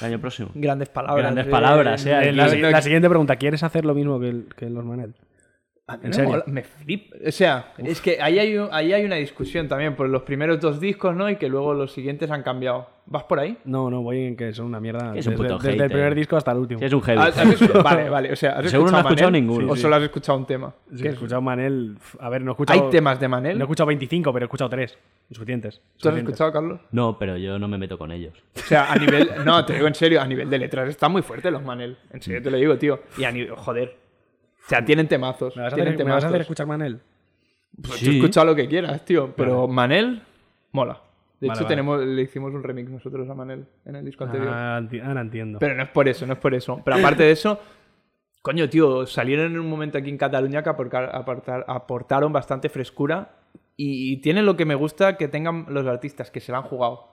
S1: el año próximo.
S2: Grandes palabras.
S1: Grandes
S2: eh,
S1: palabras, eh,
S2: eh,
S1: aquí.
S3: La,
S2: no,
S3: la siguiente pregunta: ¿quieres hacer lo mismo que, el- que los Manel?
S2: a mí
S3: ¿en
S2: me
S3: serio?
S2: mola, Me flip. O sea, es que ahí hay, un- ahí hay una discusión también por los primeros dos discos, ¿no? Y que luego los siguientes han cambiado. ¿Vas por ahí?
S3: No, no, voy en que son una mierda.
S1: Es un
S3: desde,
S1: puto
S3: desde el
S1: hater.
S3: primer disco hasta el último.
S1: Sí, es un heavy.
S2: Ah, ¿Has- has escu- vale, vale. O sea, ¿has
S1: Seguro no has escuchado
S2: Manel?
S1: ninguno.
S2: O
S1: Sí, sí.
S2: solo has escuchado un tema.
S3: Sí,
S2: ¿Qué
S3: he
S2: es?
S3: escuchado Manel. f- A ver, no he escuchado.
S2: ¿Hay temas de Manel?
S3: No he escuchado 25, pero he escuchado 3. Suficientes.
S2: ¿Tú has
S3: suficientes.
S2: escuchado, Carlos?
S1: No, pero yo no me meto con ellos.
S2: O sea, a nivel. No, te digo en serio, a nivel de letras están muy fuertes los Manel. En serio te lo digo, tío. Y a nivel. Joder. O sea, tienen temazos.
S3: ¿Me vas, a
S2: tienen
S3: hacer, me vas a hacer
S2: temazos.
S3: escuchar Manel?
S2: Pues
S1: Sí.
S2: tú escucha lo que quieras, tío. Pero Manel mola. De
S3: Vale,
S2: hecho,
S3: vale.
S2: tenemos, le hicimos un remix nosotros a Manel en el disco anterior.
S3: Ah, enti- ahora entiendo.
S2: Pero no es por eso, no es por eso. Pero aparte de eso, Coño, tío, salieron en un momento aquí en Cataluña que aporca- apartar- aportaron bastante frescura y, y tienen lo que me gusta que tengan los artistas, que se la han jugado.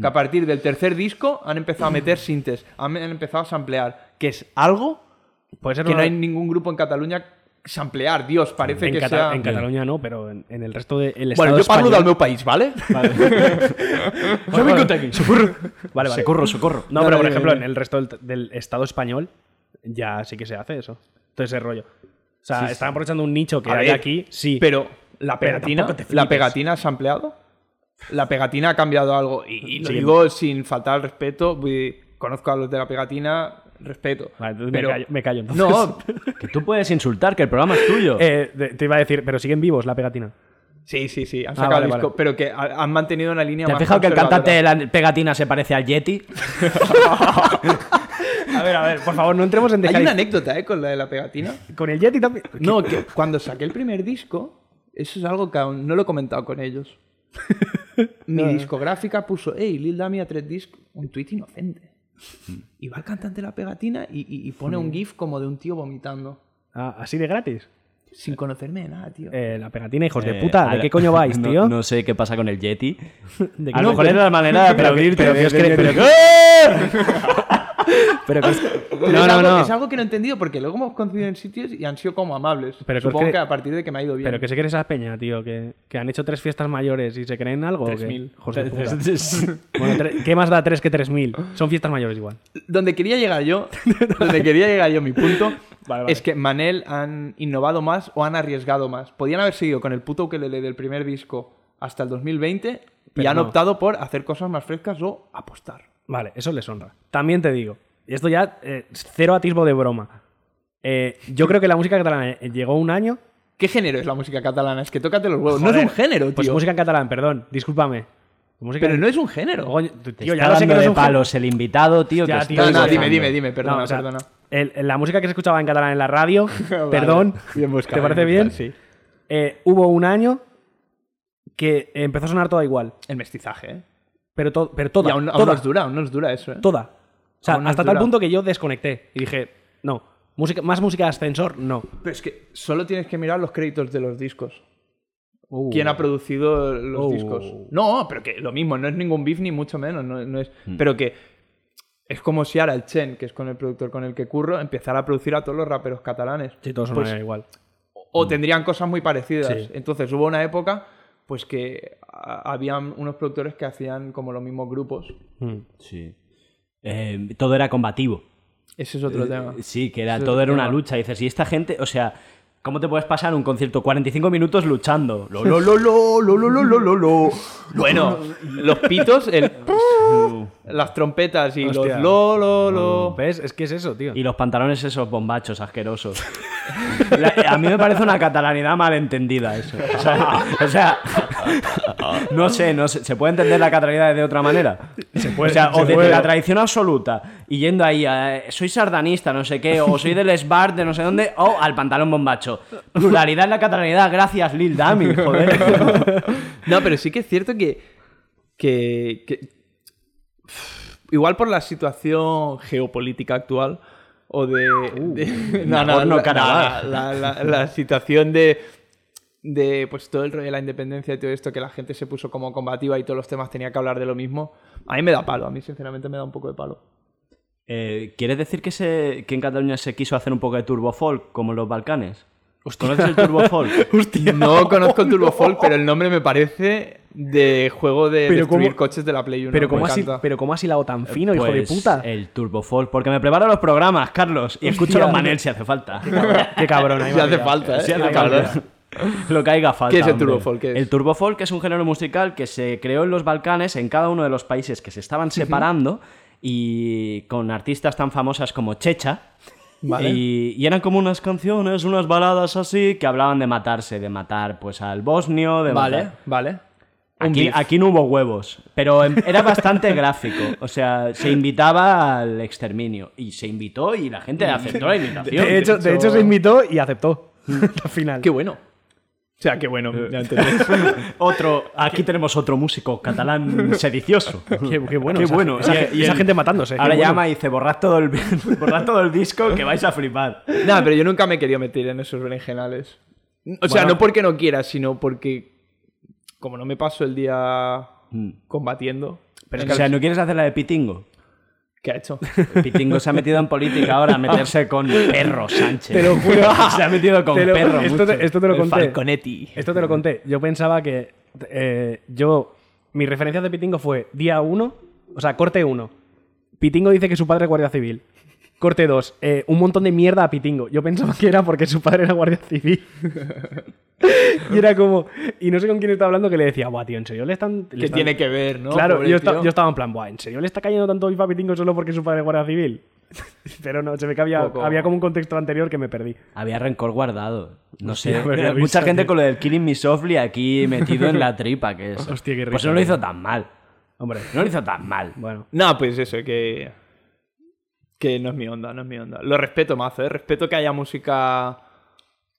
S2: Que a
S3: Mm.
S2: partir del tercer disco han empezado a meter sintes, han, han empezado a samplear, que es algo
S3: Puede ser
S2: que no
S3: una-
S2: hay ningún grupo en Cataluña samplear, Dios, parece
S3: en,
S2: que
S3: Cata-
S2: sea...
S3: en Cataluña no, pero en, en el resto del el
S2: Bueno,
S3: Estado
S2: yo parlo
S3: español-
S2: del meu país, ¿vale?
S3: Vale, vale. Socorro. Vale, vale.
S1: Socorro, socorro.
S3: No,
S2: No,
S3: pero
S2: no,
S3: por
S2: no,
S3: ejemplo,
S2: no.
S3: en el resto del, del Estado español ya sí que se hace eso. Todo ese rollo. O sea, están aprovechando un nicho que
S2: A
S3: hay
S2: ver,
S3: aquí, sí.
S2: Pero la
S3: Pero
S2: pegatina,
S3: tampoco te
S2: la
S3: flipes.
S2: pegatina se ha ampliado. La pegatina ha cambiado algo. Y, y lo
S3: Sí.
S2: digo sin faltar al respeto. voy- Conozco a los de la pegatina, respeto.
S3: Vale, entonces
S2: pero-
S3: me callo, me callo, entonces.
S2: No,
S1: Que tú puedes insultar, que el programa es tuyo.
S3: Eh, de- te iba a decir, pero siguen vivos la pegatina.
S2: sí, sí, sí. Han
S3: Ah,
S2: sacado
S3: vale,
S2: el disco,
S3: vale.
S2: pero que ha- han mantenido una línea
S1: ¿Te has
S2: más
S1: fijado que el cantante de
S2: conservadora.
S1: la pegatina se parece al Yeti?
S3: A ver, a ver, por favor, no entremos en dejar.
S2: Hay una anécdota, ¿eh? Con la de la pegatina.
S3: Con el Yeti también.
S2: No, que cuando saqué el primer disco, eso es algo que aún no lo he comentado con ellos. Mi discográfica puso, hey, Lil Dami a tres discos, un tuit inocente.
S3: Mm.
S2: Y va el cantante de la pegatina y, y- y pone un gif como de un tío vomitando.
S3: Ah, así de gratis.
S2: Sin conocerme de nada, tío.
S3: Eh, la pegatina, hijos de
S1: Eh,
S3: puta. ¿De
S1: al-
S3: qué coño vais,
S1: no-
S3: tío?
S1: No, sé qué pasa con el Yeti.
S3: ¿De qué
S1: A lo
S3: no-
S1: mejor era la manera de
S3: Pero que-
S1: aplaudirte.
S3: Pero que
S1: de-
S3: os cre-
S1: de-
S3: pero
S1: de-
S3: que- pero que os-
S2: Pero
S3: No,
S2: es,
S3: no,
S2: algo,
S3: no.
S2: es algo que no he entendido porque luego hemos coincidido en sitios y han sido como amables.
S3: Pero que os
S2: Supongo
S3: cre-
S2: que a partir de que me ha ido bien.
S3: Pero que se creen esas peña, tío, que, que han hecho tres fiestas mayores y se creen algo. o qué?
S2: 3.000.
S3: Hijos de puta. Bueno, tre- ¿qué más da tres que 3.000? Son fiestas mayores igual.
S2: donde quería llegar yo, donde quería llegar yo, mi punto,
S3: Vale, vale.
S2: es que Manel han innovado más o han arriesgado más. Podían haber seguido con el puto que del primer disco hasta el 2020 y
S3: Pero
S2: han
S3: no.
S2: optado por hacer cosas más frescas o apostar.
S3: Vale, eso les honra. También te digo, y esto ya eh, cero atisbo de broma. Eh, yo creo que la música catalana eh, llegó un año.
S2: ¿Qué género es la música catalana? Es que tócate los huevos. no es
S3: Joder,
S2: un género, tío.
S3: Pues música en catalán, perdón, discúlpame. Música
S2: Pero no es un género.
S3: Coño,
S1: Te
S3: tío, ya
S1: está
S3: lo sé
S1: dando
S3: que no es
S1: de
S3: un gen-
S1: palos el invitado, tío. te
S3: Ya,
S1: está
S3: tío,
S2: no, no,
S1: gozando.
S2: dime, dime, dime, perdona,
S3: No, o sea,
S2: perdona.
S3: el- el- la música que se escuchaba en catalán en la radio, perdón,
S2: bien buscado,
S3: ¿te parece
S2: bien
S3: bien?
S2: buscado, sí.
S3: Eh, hubo un año que empezó a sonar toda igual,
S2: El mestizaje, ¿eh?
S3: pero, to- pero toda,
S2: y aún, aún
S3: toda,
S2: nos dura, aún nos dura eso, ¿eh?
S3: toda. O sea,
S2: Aún nos
S3: hasta tal
S2: dura.
S3: punto que yo desconecté y dije, no, música, más música de ascensor, no.
S2: Pero es que solo tienes que mirar los créditos de los discos.
S3: Uh.
S2: quién ha producido los
S3: Oh.
S2: discos. No, pero que lo mismo, no es ningún beef ni mucho menos, no, no es,
S3: Hmm.
S2: pero que es como si ahora el Chen, que es con el productor con el que curro, empezara a producir a todos los raperos catalanes.
S3: Sí, todos
S2: Pues-
S3: sonaban igual.
S2: O- O tendrían cosas muy parecidas.
S3: Sí.
S2: Entonces hubo una época pues que a- habían unos productores que hacían como los mismos grupos.
S3: Mm.
S1: Sí. Eh, todo era combativo.
S2: Ese es
S3: Eh,
S2: otro tema.
S1: Sí, que era, todo era una lucha. Dices, y esta gente, o sea, ¿cómo te puedes pasar un concierto 45 minutos luchando? Lo, lo, lo, lo, lo, lo, lo, lo, lo.
S2: Bueno, los pitos, el- las trompetas y
S3: Hostia.
S2: los lo, lo, lo.
S3: ¿Ves? Es que es eso, tío.
S1: Y los pantalones esos bombachos asquerosos. La- a mí me parece una catalanidad malentendida eso. O sea, o sea, no sé, no sé, se puede entender la catalanidad de otra manera.
S3: puede,
S1: o sea,
S3: se
S1: o desde
S3: puede.
S1: la tradición absoluta y yendo ahí, a, eh, soy sardanista, no sé qué, o soy del esbar de no sé dónde, o al pantalón bombacho. Pluralidad en la catalanidad, gracias Lil Dami, joder.
S2: No, pero sí que es cierto que. que, que- igual por la situación geopolítica actual. O de. de- la,
S1: Nagorno-Karabaj.
S2: la- la- la situación de. De pues todo el rollo de la independencia y todo esto, que la gente se puso como combativa y todos los temas tenía que hablar de lo mismo. A mí me da palo, a mí sinceramente me da un poco de palo.
S1: Eh, ¿Quieres decir que, se, que en Cataluña se quiso hacer un poco de turbo folk como en los Balcanes? ¿Conoces el turbo folk?
S2: no conozco el Turbo Folk, pero el nombre me parece de juego de
S3: Pero
S2: destruir
S3: cómo-
S2: coches de la Play 1.
S3: pero, ¿cómo
S2: me
S3: has,
S2: encanta. Eh,
S3: pero ¿cómo has hilado tan fino, hijo de
S1: Pues,
S3: puta?
S1: El Turbo Folk, porque me preparo los programas, Carlos, y escucho los Manel si hace falta.
S3: Qué cabrón. ahí
S2: Si
S3: me ha
S2: hace
S3: pillado.
S2: falta, ¿eh?
S1: Si hace
S2: La
S1: falta.
S2: verdad.
S1: Lo que haga falta.
S2: ¿Qué es el
S1: hombre.
S2: turbo folk? ¿Qué es?
S1: El turbo folk es un género musical que se creó en los Balcanes, en cada uno de los países que se estaban separando, y con artistas tan famosas como Checha.
S2: Vale.
S1: Y, y eran como unas canciones, unas baladas así, que hablaban de matarse, de matar pues al bosnio, de
S2: Vale,
S1: matar-
S2: vale. Un
S1: Aquí,
S2: beef.
S1: aquí no hubo huevos, pero em- era bastante gráfico. O sea, se invitaba al exterminio. Y se invitó y la gente aceptó la invitación.
S3: De hecho, de hecho, se invitó y aceptó. Al final.
S2: Qué bueno. O sea, que bueno,
S3: Eh.
S2: ya entendés.
S1: Otro, aquí tenemos otro músico catalán sedicioso.
S3: Qué, qué bueno.
S1: Qué
S3: esa-
S1: bueno.
S3: esa
S1: Y-
S3: ge-
S1: y
S3: y esa
S1: el-
S3: gente matándose.
S1: Ahora
S3: qué bueno.
S1: llama y dice, borrad todo, el, borrad todo el disco que vais a flipar.
S2: Nada, pero yo nunca me he querido meter en esos berenjenales. O sea, no porque no quiera, sino porque como no me paso el día
S3: Mm.
S2: combatiendo.
S1: Pero
S2: es
S1: o
S2: que
S1: sea,
S2: al-
S1: ¿no quieres hacer la de Pitingo?
S2: ¿Qué ha hecho?
S1: Pitingo se ha metido en política ahora a meterse con perro Sánchez.
S3: Ah. Te lo juro.
S1: se ha metido con
S3: Te lo-
S1: perro.
S3: esto, te,
S1: mucho.
S3: esto te lo
S2: El
S3: conté.
S2: Falconetti.
S3: Esto te lo conté. Yo pensaba que eh, yo. Mi referencia de Pitingo fue día 1, o sea, corte 1. Pitingo dice que su padre es guardia civil. Corte 2, un montón de mierda a Pitingo. Yo pensaba que era porque su padre era guardia civil. y era como. Y no sé con quién estaba hablando que le decía, buah, tío, en serio le están. le
S2: ¿Qué
S3: están-
S2: tiene que ver, no?
S3: Claro,
S2: Pobre
S3: yo, esta-
S2: tío.
S3: yo estaba en plan, buah, ¿en serio le está cayendo tanto bifa a Pitingo solo porque su padre es guardia civil? Pero no, se ve que había,
S2: Poco.
S3: había como un contexto anterior que me perdí.
S1: Había rencor guardado. No sé.
S3: Hostia, habría
S1: Mucha
S3: visto,
S1: gente
S3: tío.
S1: con lo del Killing Me Softly aquí metido en la tripa, que es.
S3: Hostia, qué risa,
S1: pues no lo
S3: tío.
S1: hizo tan mal.
S3: Hombre,
S1: No lo hizo tan mal.
S3: bueno.
S2: No, pues eso, que. Que no es mi onda, no es mi onda. Lo respeto mazo, ¿eh? Respeto que haya música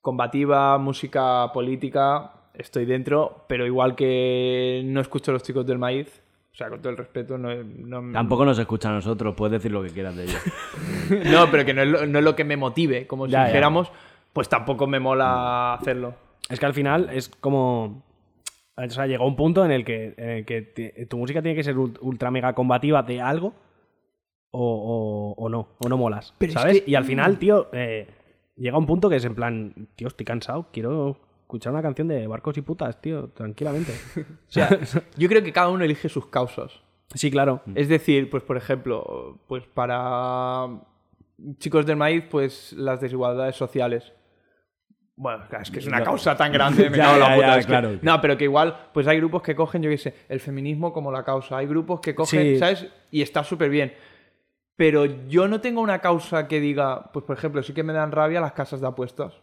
S2: combativa, música política. Estoy dentro, pero igual que no escucho a los chicos del maíz. O sea, con todo el respeto, no, no-
S1: Tampoco nos escucha a nosotros, puedes decir lo que quieras de ellos.
S2: no, pero que no es, lo, no es lo que me motive. Como si
S3: Ya, ya.
S2: dijéramos, pues tampoco me mola hacerlo.
S3: Es que al final es como. O sea, llegó un punto en el que, en el que ti- tu música tiene que ser ul- ultra mega combativa de algo o, o- o no, o no molas.
S2: Pero es
S3: ¿Sabes?
S2: que- mm.
S3: Y al final, tío, eh, llega un punto que es en plan, tío, estoy cansado, quiero escuchar una canción de barcos y putas, tío, tranquilamente.
S2: O sea, yo creo que cada uno elige sus causas.
S3: sí, claro.
S2: Es decir, pues por ejemplo, pues para chicos del maíz, pues las desigualdades sociales. Bueno, claro, es que es una causa tan grande, me
S1: Ya,
S2: cago en la
S1: ya,
S2: puta,
S1: ya,
S2: es que-
S1: claro.
S2: No, pero que igual, pues hay grupos que cogen, yo qué sé, el feminismo como la causa. Hay grupos que cogen,
S3: Sí.
S2: ¿sabes? Y está súper bien. Pero yo no tengo una causa que diga, pues por ejemplo, sí que me dan rabia las casas de apuestas.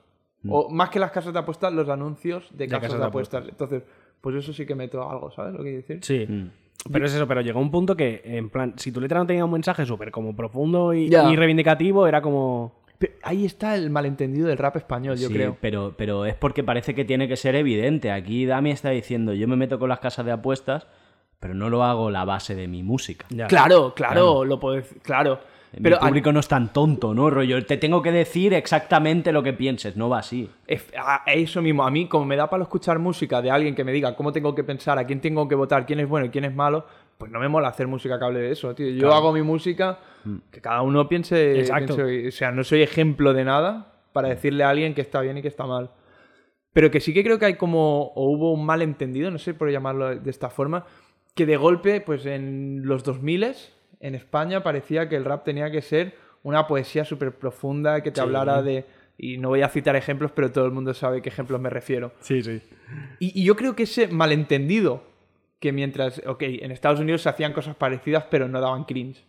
S2: O más que las casas de apuestas, los anuncios de casas, de, apuestas. Entonces, pues eso sí que meto algo, ¿sabes lo que quiero decir?
S3: Sí.
S2: Mm.
S3: Pero es eso, pero llegó un punto que, en plan, si tu letra no tenía un mensaje súper como profundo y,
S2: Ya.
S3: y reivindicativo, era como.
S2: Pe- Ahí está el malentendido del rap español, yo
S1: Sí,
S2: creo.
S1: Pero, pero es porque parece que tiene que ser evidente. Aquí Dami está diciendo, yo me meto con las casas de apuestas, pero no lo hago la base de mi música.
S3: Ya.
S2: Claro, claro, lo podés, claro. Pero
S1: Mi público no es tan tonto, ¿no, rollo? Te tengo que decir exactamente lo que pienses, no va así.
S2: a- es- a- a eso mismo, a mí como me da para escuchar música de alguien que me diga cómo tengo que pensar, a quién tengo que votar, quién es bueno y quién es malo, pues no me mola hacer música que hable de eso, tío. Yo hago mi música, que cada uno piense,
S3: Exacto.
S2: piense- o sea, no soy ejemplo de nada para decirle a alguien que está bien y que está mal. Pero que sí que creo que hay como, o hubo un malentendido, no sé por llamarlo de esta forma, que de golpe, pues en los 2000 en España parecía que el rap tenía que ser una poesía súper profunda, que te hablara de... Y no voy a citar ejemplos, pero todo el mundo sabe qué ejemplos me refiero.
S3: Sí, sí.
S2: Y, y yo creo que ese malentendido, que mientras, ok, en Estados Unidos se hacían cosas parecidas, pero no daban cringe.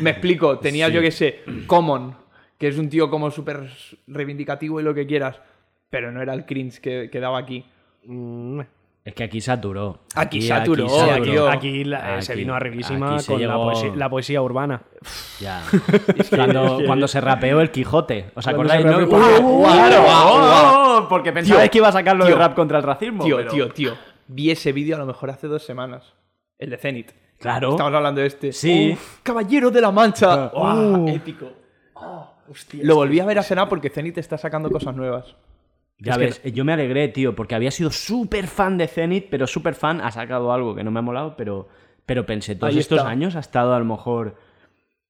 S2: Me explico, tenía yo que sé, Common, que es un tío como súper reivindicativo y lo que quieras, pero no era el cringe que, que daba aquí.
S1: Es que aquí saturó.
S2: Aquí saturó,
S1: aquí
S2: Oh,
S3: Sí,
S1: saturó.
S3: aquí,
S2: tío.
S3: aquí la- eh, se
S1: Aquí-
S3: vino arribísima
S1: aquí se
S3: con la,
S1: llegó-
S3: poesía, la poesía urbana.
S1: Ya. cuando, cuando se rapeó el Quijote. ¿Os
S3: Cuando
S1: acordáis?
S3: se
S1: no?
S3: rapeó-
S1: ¡Guau,
S3: ¡Guau,
S1: guau,
S2: guau,
S1: guau! Porque pensabais
S2: Tío,
S1: que iba a sacar lo de
S2: tío.
S1: rap contra el racismo.
S2: Tío,
S1: Oh, pero-
S2: tío, tío, vi ese vídeo a lo mejor hace dos semanas, el de Zenith.
S1: Claro.
S2: Estamos hablando de este.
S1: ¿Oh? Sí. Ah. Uh.
S2: Uf, Caballero de la Mancha. Guau, Épico. lo volví a ver a cenar porque Zenith está sacando cosas nuevas.
S1: Ya ves, yo me alegré, tío, porque había sido súper fan de Zenith, pero súper fan, ha sacado algo que no me ha molado, pero, pero pensé, todos
S2: Ahí
S1: estos
S2: está.
S1: años ha estado a lo mejor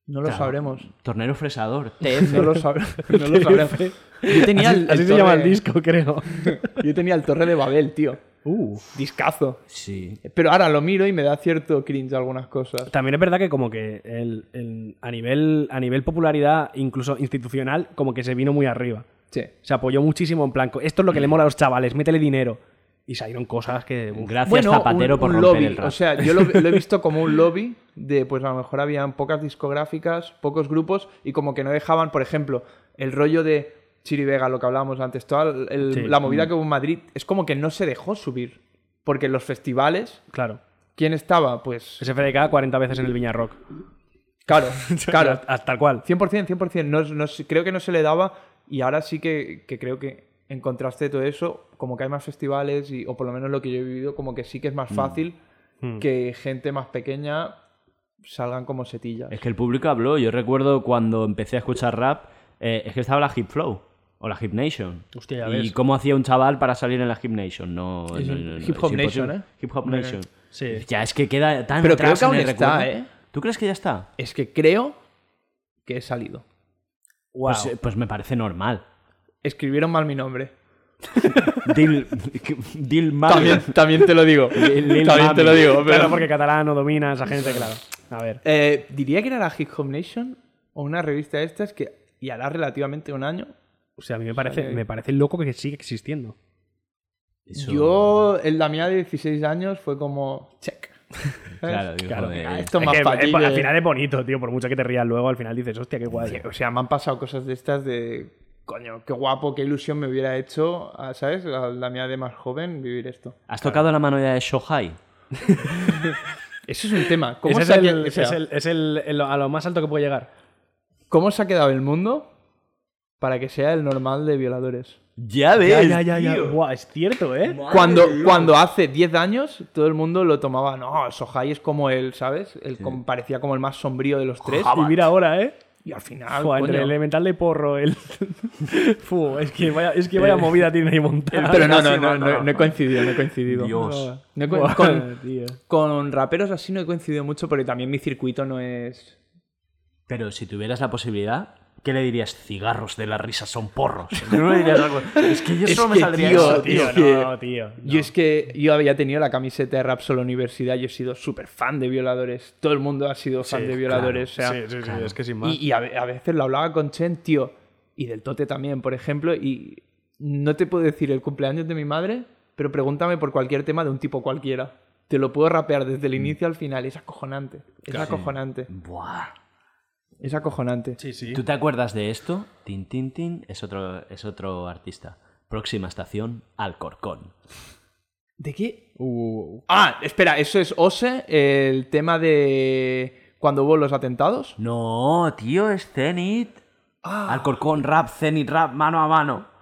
S2: No lo sabremos.
S1: Tornero Fresador, TF.
S2: No lo, sab- no lo sabremos. Yo tenía
S3: Así,
S2: el,
S3: así
S2: el
S3: se llama el
S2: torre-
S3: disco, creo.
S2: Yo tenía el Torre de Babel, tío.
S1: Uh.
S2: Discazo.
S1: Sí.
S2: Pero ahora lo miro y me da cierto cringe algunas cosas.
S3: También es verdad que como que el- el- a, nivel, a nivel popularidad, incluso institucional, como que se vino muy arriba.
S2: Sí.
S3: Se apoyó muchísimo en plan, esto es lo que le mola a los chavales, métele dinero. Y salieron cosas que... uf,
S1: Gracias
S2: Bueno,
S1: Zapatero
S2: un-
S1: por
S2: un
S1: romper
S2: lobby.
S1: el rap.
S2: O sea, yo lo, lo he visto como un lobby de, pues a lo mejor habían pocas discográficas, pocos grupos y como que no dejaban, por ejemplo, el rollo de Chiri Vega, lo que hablábamos antes, toda el- el-
S3: Sí.
S2: la movida que hubo en Madrid, es como que no se dejó subir. Porque en los festivales,
S3: Claro.
S2: ¿quién estaba? Pues
S3: SFDK 40 veces en el Viña Rock.
S2: claro, claro.
S3: Hasta- Hasta el cual.
S2: 100%, 100%. No, no, creo que no se le daba y ahora sí que, que creo que en contraste de todo eso, como que hay más festivales, y, o por lo menos lo que yo he vivido, como que sí que es más fácil que gente más pequeña salgan como setillas.
S1: Es que el público habló. Yo recuerdo cuando empecé a escuchar rap, eh, es que estaba la Hip Flow o la Hip Nation.
S3: Hostia, ya
S1: ¿Y
S3: ves.
S1: cómo hacía un chaval para salir en la Hip Nation? No,
S2: Es
S1: no,
S2: un
S1: no, no,
S2: Hip Hop
S1: es
S2: Nation,
S1: imposible.
S2: ¿eh?
S1: Hip Hop Nation.
S3: Sí.
S1: Ya, es que queda tan
S2: Pero
S1: atrás
S2: creo que
S1: en
S2: aún
S1: el
S2: está,
S1: recuerdo.
S2: ¿eh?
S1: ¿Tú crees que ya está?
S2: Es que creo que he salido.
S3: Guau.
S1: Pues, eh, pues me parece normal.
S2: Escribieron mal mi nombre.
S1: Dil, Dil Mami.
S2: También, también te lo digo.
S1: Lil- Lil
S2: también te lo
S1: Mami.
S2: digo. Pero...
S3: Claro, porque catalán no domina esa gente, claro. A ver.
S2: Eh, diría que era la Hip Hop Nation o una revista de estas que y hará relativamente un año.
S3: O sea, a mí me parece, me parece loco que sigue existiendo.
S1: Eso-
S2: Yo, en la mía de 16 años, fue como check.
S1: Claro, digo,
S3: Claro,
S1: joder.
S2: Ah, esto es
S3: Es
S2: más
S3: que,
S2: fácil.
S3: es- al
S2: de-
S3: final es bonito, tío. Por mucho que te rías luego, al final dices, hostia, qué guay.
S2: O sea, me han pasado cosas de estas de. Coño, qué guapo, qué ilusión me hubiera hecho, ah, ¿sabes? La, la mía de más joven, vivir esto.
S1: ¿Has tocado la mano ya de Shohai?
S2: Ese es un tema. ¿Cómo,
S3: Ese
S2: se,
S3: es,
S2: ha
S3: el,
S2: que- o
S3: ese
S2: sea,
S3: es el- es el- el- a lo más alto que puede llegar.
S2: ¿cómo se ha quedado el mundo para que sea el normal de violadores?
S1: Ya ves.
S3: Ya, ya, ya, ya.
S1: tío.
S3: Buah, es cierto, ¿eh?
S2: Cuando, cuando hace 10 años todo el mundo lo tomaba, no, Sohai es como él, ¿sabes? Él com- parecía como el más sombrío de los tres.
S3: Y mira ahora, ¿eh?
S2: Y al final,
S3: Fua, entre
S2: coño.
S3: el elemental de porro, el. Fu, es que vaya, es que vaya movida tiene ahí montada.
S2: Eh, Pero no, no, no, no, no he coincidido, no he coincidido.
S1: Dios.
S2: No he co-
S3: Buah,
S2: con,
S3: tío.
S2: con raperos así no he coincidido mucho porque también mi circuito no es...
S1: Pero si tuvieras la posibilidad, ¿qué le dirías? Cigarros de la risa son porros. No le dirías algo. Es que yo
S2: Es
S1: solo me
S2: que,
S1: saldría
S2: tío,
S1: eso, tío.
S3: Tío,
S2: es que-
S3: no, tío.
S2: Yo es que yo había tenido la camiseta de Rap Solo Universidad, yo he sido súper fan de violadores, todo el mundo ha sido fan de violadores, o sea,
S3: sí, sí, sí, es que sin más.
S2: Y, y a, ve- a veces lo hablaba con Chen, tío, y del Tote también, por ejemplo, y no te puedo decir el cumpleaños de mi madre, pero pregúntame por cualquier tema de un tipo cualquiera. Te lo puedo rapear desde el
S3: Mm.
S2: inicio al final, es acojonante, es acojonante,
S1: Buah.
S2: es acojonante.
S3: Sí, sí.
S1: ¿Tú te acuerdas de esto? Tin Tin Tin es otro, es otro artista. Próxima estación, Alcorcón.
S2: ¿De qué?
S3: Uh,
S2: Ah, espera, eso es Ose, el tema de cuando hubo los atentados.
S1: No, tío, es Zenit.
S2: Ah.
S1: Alcorcón, rap, Zenit, rap, mano a mano.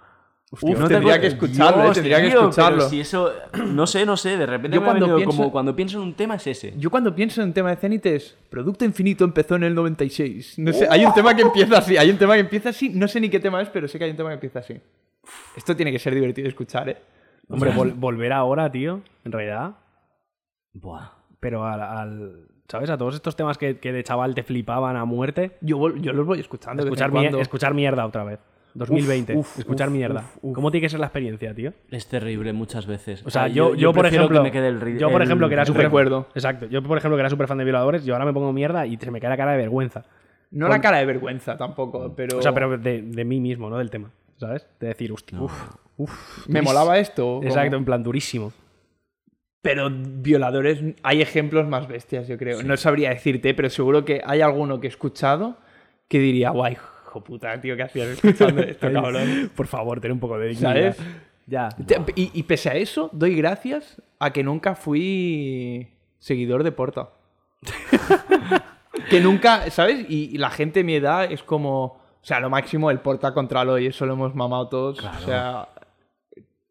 S2: Uf, tendría que
S1: acuerdas?
S2: escucharlo, eh,
S1: Dios,
S2: tendría que
S1: tío, pero
S2: escucharlo.
S1: si eso, no sé, no sé, de repente
S2: Yo
S1: me ha
S2: cuando
S1: venido
S2: pienso-
S1: como cuando pienso en un tema es ese.
S2: Yo cuando pienso en tema de Zenith es Producto Infinito empezó en el 96. No sé, hay un tema que empieza así, hay un tema que empieza así, no sé ni qué tema es, pero sé que hay un tema que empieza así. Esto tiene que ser divertido de escuchar, ¿eh?
S3: hombre, vol- volver ahora, tío, en realidad.
S1: Buah.
S3: Pero al. al- ¿Sabes? A todos estos temas que, que de chaval te flipaban a muerte.
S2: Yo, vol- yo los voy escuchando de vez en
S3: Escuchar, mier-
S2: cuando.
S3: escuchar mierda otra vez. 2020.
S2: uf,
S3: escuchar
S2: uf,
S3: mierda.
S2: uf, Ah, uf.
S3: ¿Cómo tiene que ser la experiencia, tío?
S1: Es terrible muchas veces. Ah,
S3: O sea, yo, yo, por
S1: prefiero
S3: ejemplo.
S1: que me quede el ri-
S3: yo, por
S1: el-
S3: ejemplo, que era
S2: yo
S3: súper-
S2: recuerdo.
S3: Exacto. Yo, por ejemplo, que era súper fan de violadores, yo ahora me pongo mierda y se me cae la cara de vergüenza.
S2: No la cara de vergüenza tampoco, pero,
S3: O sea, pero de, de mí mismo, ¿no? Del tema. ¿Sabes? De decir, hostia, uf, uf.
S2: me
S3: durísimo.
S2: molaba esto. como-
S3: Exacto, en plan durísimo.
S2: Pero violadores, hay ejemplos más bestias, yo creo. No sabría decirte, pero seguro que hay alguno que he escuchado que diría, guay, hijo puta, tío, ¿qué hacías escuchando esto, cabrón?
S3: Por favor, ten un poco de dignidad.
S2: ¿Sabes?
S3: Ya.
S2: Te- Y, y pese a eso, doy gracias a que nunca fui seguidor de Porta. que nunca, ¿sabes? Y, y la gente de mi edad es como, o sea, lo máximo el Porta contra Aloy, eso lo hemos mamado todos, o sea,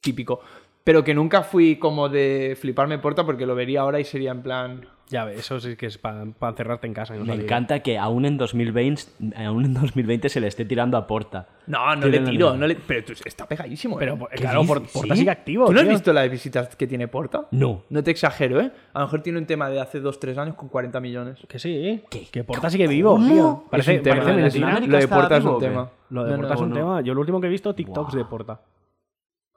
S2: típico. Pero que nunca fui como de fliparme Porta porque lo vería ahora y sería en plan...
S3: Ya, ve, eso sí que es para encerrarte en casa. y no
S1: Me
S3: salir.
S1: encanta que aún en 2020, aún en 2020 se le esté tirando a Porta.
S2: No, no
S1: Tiene
S2: le
S1: la
S2: tiro,
S1: misma.
S2: no le... Pero tú, está pegadísimo, ¿eh?
S3: Pero por-
S1: ¿Qué
S3: claro,
S1: dices?
S3: por, Porta
S1: ¿Sí?
S3: sigue activo.
S2: ¿Tú no has
S3: tío.
S2: visto las visitas que tiene Porta?
S1: No.
S2: No te exagero, ¿eh? A lo mejor tiene un tema de hace 2-3 años con 40 millones.
S3: Que sí. Que Porta sigue vivo, tío. Parece,
S2: es un tema.
S3: parece
S1: en
S3: mentira.
S1: Latinoamérica
S2: Lo de
S1: está
S2: Porta es
S1: vivo,
S2: un
S1: ¿o qué?
S2: tema.
S3: Lo de
S2: No, no,
S3: Porta es un
S2: no.
S3: tema. Yo lo último que he visto, TikToks de Porta.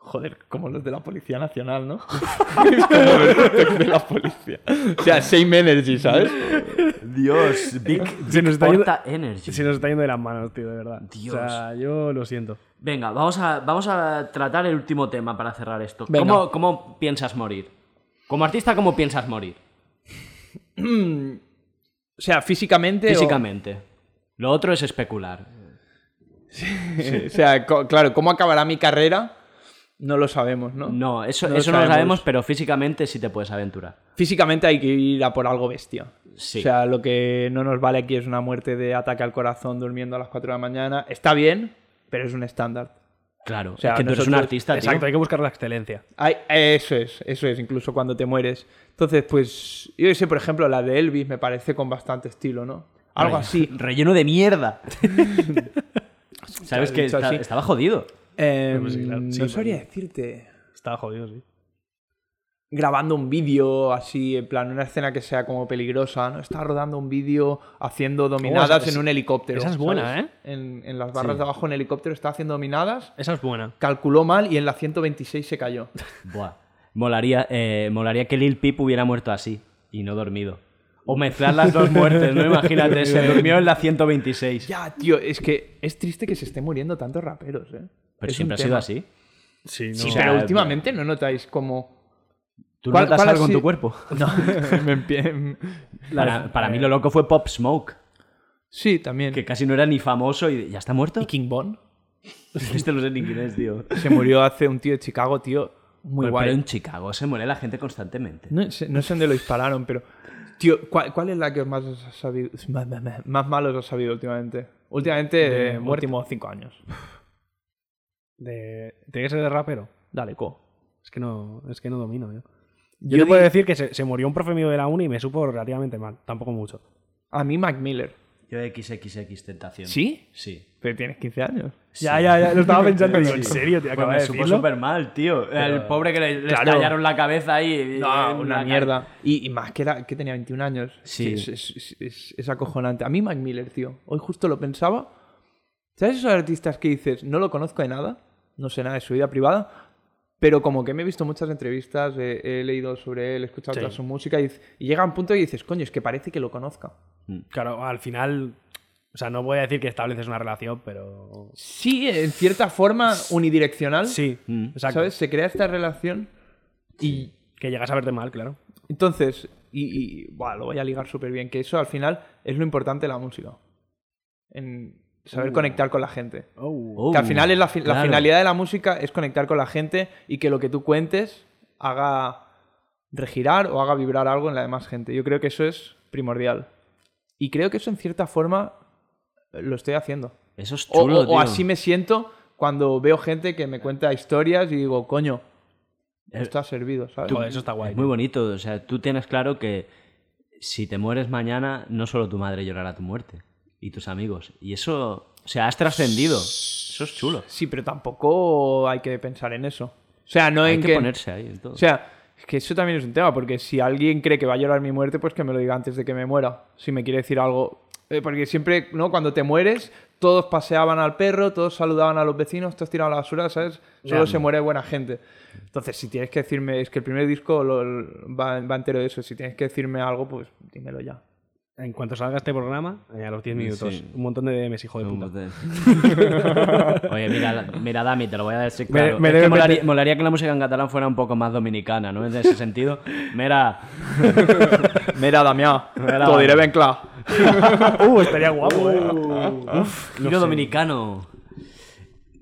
S2: Joder, como los de la Policía Nacional, ¿no? como los TikTok de la policía. O sea, Same Energy, ¿sabes?
S1: Dios, Big,
S3: Se nos, está yendo,
S1: Porta Energy.
S3: se nos está yendo de las manos, tío, de verdad.
S1: Dios.
S3: O sea, yo lo siento.
S1: Venga, vamos a, vamos a tratar el último tema para cerrar esto.
S2: Venga.
S1: ¿Cómo, ¿Cómo piensas morir? Como artista, ¿cómo piensas morir?
S2: O sea, físicamente. o-
S1: Físicamente. Lo otro es especular.
S2: o sea, co- claro, ¿cómo acabará mi carrera? No lo sabemos, ¿no?
S1: No, eso
S2: No
S1: no,
S2: lo
S1: eso no lo
S2: sabemos.
S1: sabemos, pero físicamente sí te puedes aventurar.
S2: Físicamente hay que ir a por algo bestia.
S1: Sí.
S2: O sea, lo que no nos vale aquí es una muerte de ataque al corazón durmiendo a las 4 de la mañana. Está bien, pero es un estándar.
S1: Claro,
S2: O sea,
S1: es que tú eres un
S2: nosotros-
S1: artista, tío.
S3: Exacto, hay que buscar la excelencia.
S2: Ay, eso es, eso es, incluso cuando te mueres. Entonces, pues, yo qué sé, por ejemplo, la de Elvis me parece con bastante estilo, ¿no? Algo
S1: Relleno-
S2: así.
S1: Relleno de mierda. Sabes
S2: Claro,
S1: que
S2: dicho
S1: está-
S2: así.
S1: estaba jodido.
S2: Em,
S3: Pues sí, claro, sí,
S2: no
S3: pues-
S2: sabría decirte.
S3: Estaba jodido, sí.
S2: Grabando un vídeo así, en plan, una escena que sea como peligrosa, ¿no? Estaba rodando un vídeo haciendo dominadas
S3: Oh, esa-
S2: en un helicóptero.
S3: esa es buena, ¿eh?
S2: En, en las barras de abajo en helicóptero estaba haciendo dominadas,
S3: Esa es buena.
S2: calculó mal y en la 126 se cayó.
S1: Buah. Molaría, eh, molaría que Lil Peep hubiera muerto así y no dormido. O mezclar las dos muertes, ¿no? Imagínate, se durmió en la 126.
S2: ya, tío, es que es triste que se estén muriendo tantos raperos, ¿eh?
S1: Pero
S2: Es
S1: siempre
S2: un
S1: ha sido
S2: tema.
S1: así.
S3: Sí, no.
S1: Sí,
S2: Sí,
S1: O sea,
S2: pero últimamente no notáis como...
S1: ¿Tú
S2: ¿Cuál-
S1: notas
S2: cuál ha
S1: algo en
S2: sido-
S1: tu cuerpo?
S2: No, me empie-
S1: Para, para
S2: eh,
S1: mí lo loco fue Pop Smoke,
S2: Sí, también.
S1: que casi no era ni famoso y ya está muerto.
S2: King Bond?
S1: Este no sé ni quién es, tío.
S2: Se murió hace un tío de Chicago, tío. Muy
S1: Pero-
S2: guay.
S1: Pero en Chicago se muere la gente constantemente.
S2: No, sé, no sé dónde lo dispararon, pero... Tío, ¿cuál, cuál es la que os más os ha sabido... Más, más- más- más mal os ha sabido últimamente? Últimamente, eh, últimos cinco años.
S3: De... ¿Tiene que ser de rapero?
S2: Dale, co.
S3: Es que no, es que no domino yo. Yo,
S2: Yo
S3: te puedo
S2: di-
S3: decir que se, se murió un profe mío de la uni y me supo relativamente mal. Tampoco mucho.
S2: A mí Mac Miller.
S1: Yo de XXX Tentación.
S2: ¿Sí?
S1: Sí.
S2: Pero tienes 15 años.
S3: Ya, ya, ya. Lo estaba pensando. digo, ¿En serio? Te
S1: Pues
S3: acabas
S1: me
S3: de
S1: supo
S3: decirlo?
S1: súper mal, tío. El pobre que le, le
S2: Claro.
S1: estallaron la cabeza ahí.
S2: No,
S1: Eh,
S2: una
S1: la-
S2: mierda. Y, y más que, era, que tenía 21 años.
S1: Sí.
S2: Es, es- es- es- es acojonante. A mí Mac Miller, tío. Hoy justo lo pensaba. ¿Sabes esos artistas que dices, no lo conozco de nada? No sé nada de su vida privada. Pero como que me he visto muchas entrevistas, eh, he leído sobre él, he escuchado
S3: Sí.
S2: toda su música y, dic- y llega un punto que dices, coño, es que parece que lo conozca.
S1: Mm.
S3: Claro, al final. O sea, no voy a decir que estableces una relación, pero.
S2: Sí, en cierta forma unidireccional.
S3: Sí,
S1: Mm.
S3: exacto.
S2: ¿Sabes? Se crea esta relación y
S3: Que llegas a verte mal, claro.
S2: Entonces, y, y, buah, lo voy a ligar súper bien, que eso al final es lo importante de la música. En saber conectar con la gente.
S1: Oh,
S2: que al final es la, fi- la
S1: Uh. claro.
S2: finalidad de la música es conectar con la gente y que lo que tú cuentes haga regirar o haga vibrar algo en la demás gente. Yo creo que eso es primordial. Y creo que eso en cierta forma eh, lo estoy haciendo.
S1: Eso es
S2: O-
S1: chulo,
S2: o-
S1: tío.
S2: o así me siento cuando veo gente que me cuenta historias y digo, coño,
S1: Eh,
S2: esto ha servido, ¿sabes?
S3: Joder, eso está guay.
S1: Es muy bonito. O sea, tú tienes claro que si te mueres mañana, no solo tu madre llorará tu muerte y tus amigos. Y eso, o sea, has trascendido. Eso es chulo.
S2: Sí, pero tampoco hay que pensar en eso. O sea, no
S1: Hay
S2: en
S1: que,
S2: que.
S1: ponerse ahí en todo.
S2: O sea, es que eso también es un tema, porque si alguien cree que va a llorar mi muerte, pues que me lo diga antes de que me muera. Si me quiere decir algo. Eh, porque siempre, ¿no? Cuando te mueres, todos paseaban al perro, todos saludaban a los vecinos, todos tiraban a la basura, ¿sabes? Solo se muere buena gente. Entonces, si tienes que decirme, es que el primer disco lo- lo- va, va entero de eso, si tienes que decirme algo, pues dímelo ya.
S3: En cuanto salga este programa, eh, a los 10 minutos,
S1: Sí.
S3: un montón de DMs, hijo de
S1: No,
S3: puta.
S1: pues- Oye, mira, mira, Dami, te lo voy a decir claro.
S3: me
S1: Es que
S3: debe
S1: molaría,
S3: meter-
S1: molaría que la música en catalán fuera un poco más dominicana, ¿no? En ese sentido, mira,
S2: Mira, Damián,
S1: Mira,
S2: te lo diré
S1: Damián.
S2: bien claro.
S3: Uh, estaría guapo, eh.
S1: giro dominicano.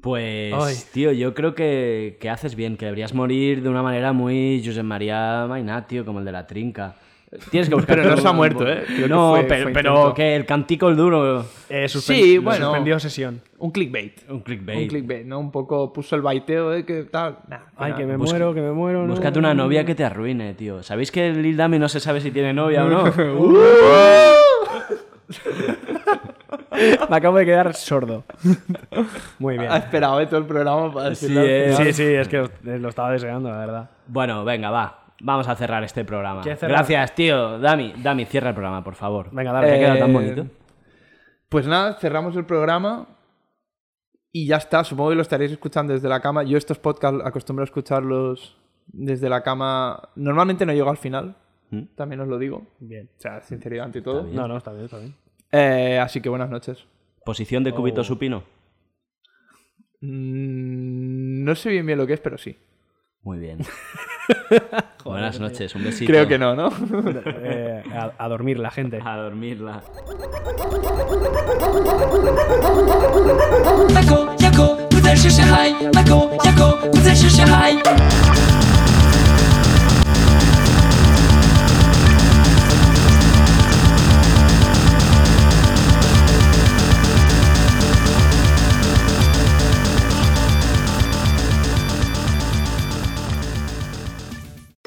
S1: Pues,
S3: Ay.
S1: tío, yo creo que, que haces bien, que deberías morir de una manera muy Josep María Mainat, tío, como el de la trinca. Tienes que buscar.
S2: Pero no se ha muerto, ¿eh? Creo que
S1: no,
S2: fue-
S1: pero,
S2: fue
S1: pero
S2: intento.
S1: que el cantico el duro,
S3: Eh, suspen-
S2: Sí,
S3: lo
S2: bueno.
S3: Suspendió sesión.
S2: Un clickbait.
S1: un
S2: Un
S1: clickbait.
S2: clickbait, ¿no? Un poco puso el baiteo de que tal. Nah,
S3: Ay,
S2: nah.
S3: que me
S1: busca-
S3: muero, que me muero. no.
S1: Búscate una novia que te arruine, tío. ¿Sabéis que Lil Dami no se sabe si tiene novia o no?
S2: Uh.
S3: Me acabo de quedar sordo. Muy bien.
S2: Ha esperado eh, todo el programa para
S1: Sí,
S2: decirlo.
S1: eh.
S3: Sí, sí, es que lo, lo estaba deseando, la verdad.
S1: Bueno, venga, va. Vamos a cerrar este programa.
S3: ¿Quieres cerrar?
S1: Gracias, tío. Dami, Dami, cierra el programa, por favor.
S3: Venga,
S1: ¿Te
S3: dale.
S1: ha
S2: Eh,
S1: quedado tan bonito?
S2: Pues nada, cerramos el programa y ya está. Supongo que lo estaréis escuchando desde la cama. Yo estos podcasts acostumbro a escucharlos desde la cama. Normalmente no llego al final,
S1: ¿Mm?
S2: también os lo digo.
S3: Bien.
S2: O sea, sinceridad ante todo.
S1: bien.
S3: No, no, está bien, está bien.
S2: Eh, así que buenas noches.
S1: Posición de cúbito
S3: Oh.
S1: supino.
S2: Mm, No sé bien bien lo que es, pero sí.
S1: Muy bien. Buenas noches, un besito.
S2: Creo que no, ¿no?
S3: Eh, a, a dormir la gente.
S1: A dormirla.
S4: Marco, Jaco,不再是小孩。Marco, Jaco,不再是小孩。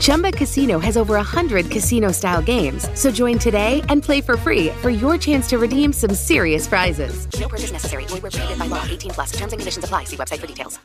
S5: Chumba Casino has over 100 casino style games. So join today and play for free for your chance to redeem some serious prizes.
S6: No purchase necessary. Void where prohibited by law. 18 plus. Terms and conditions apply. See website for details.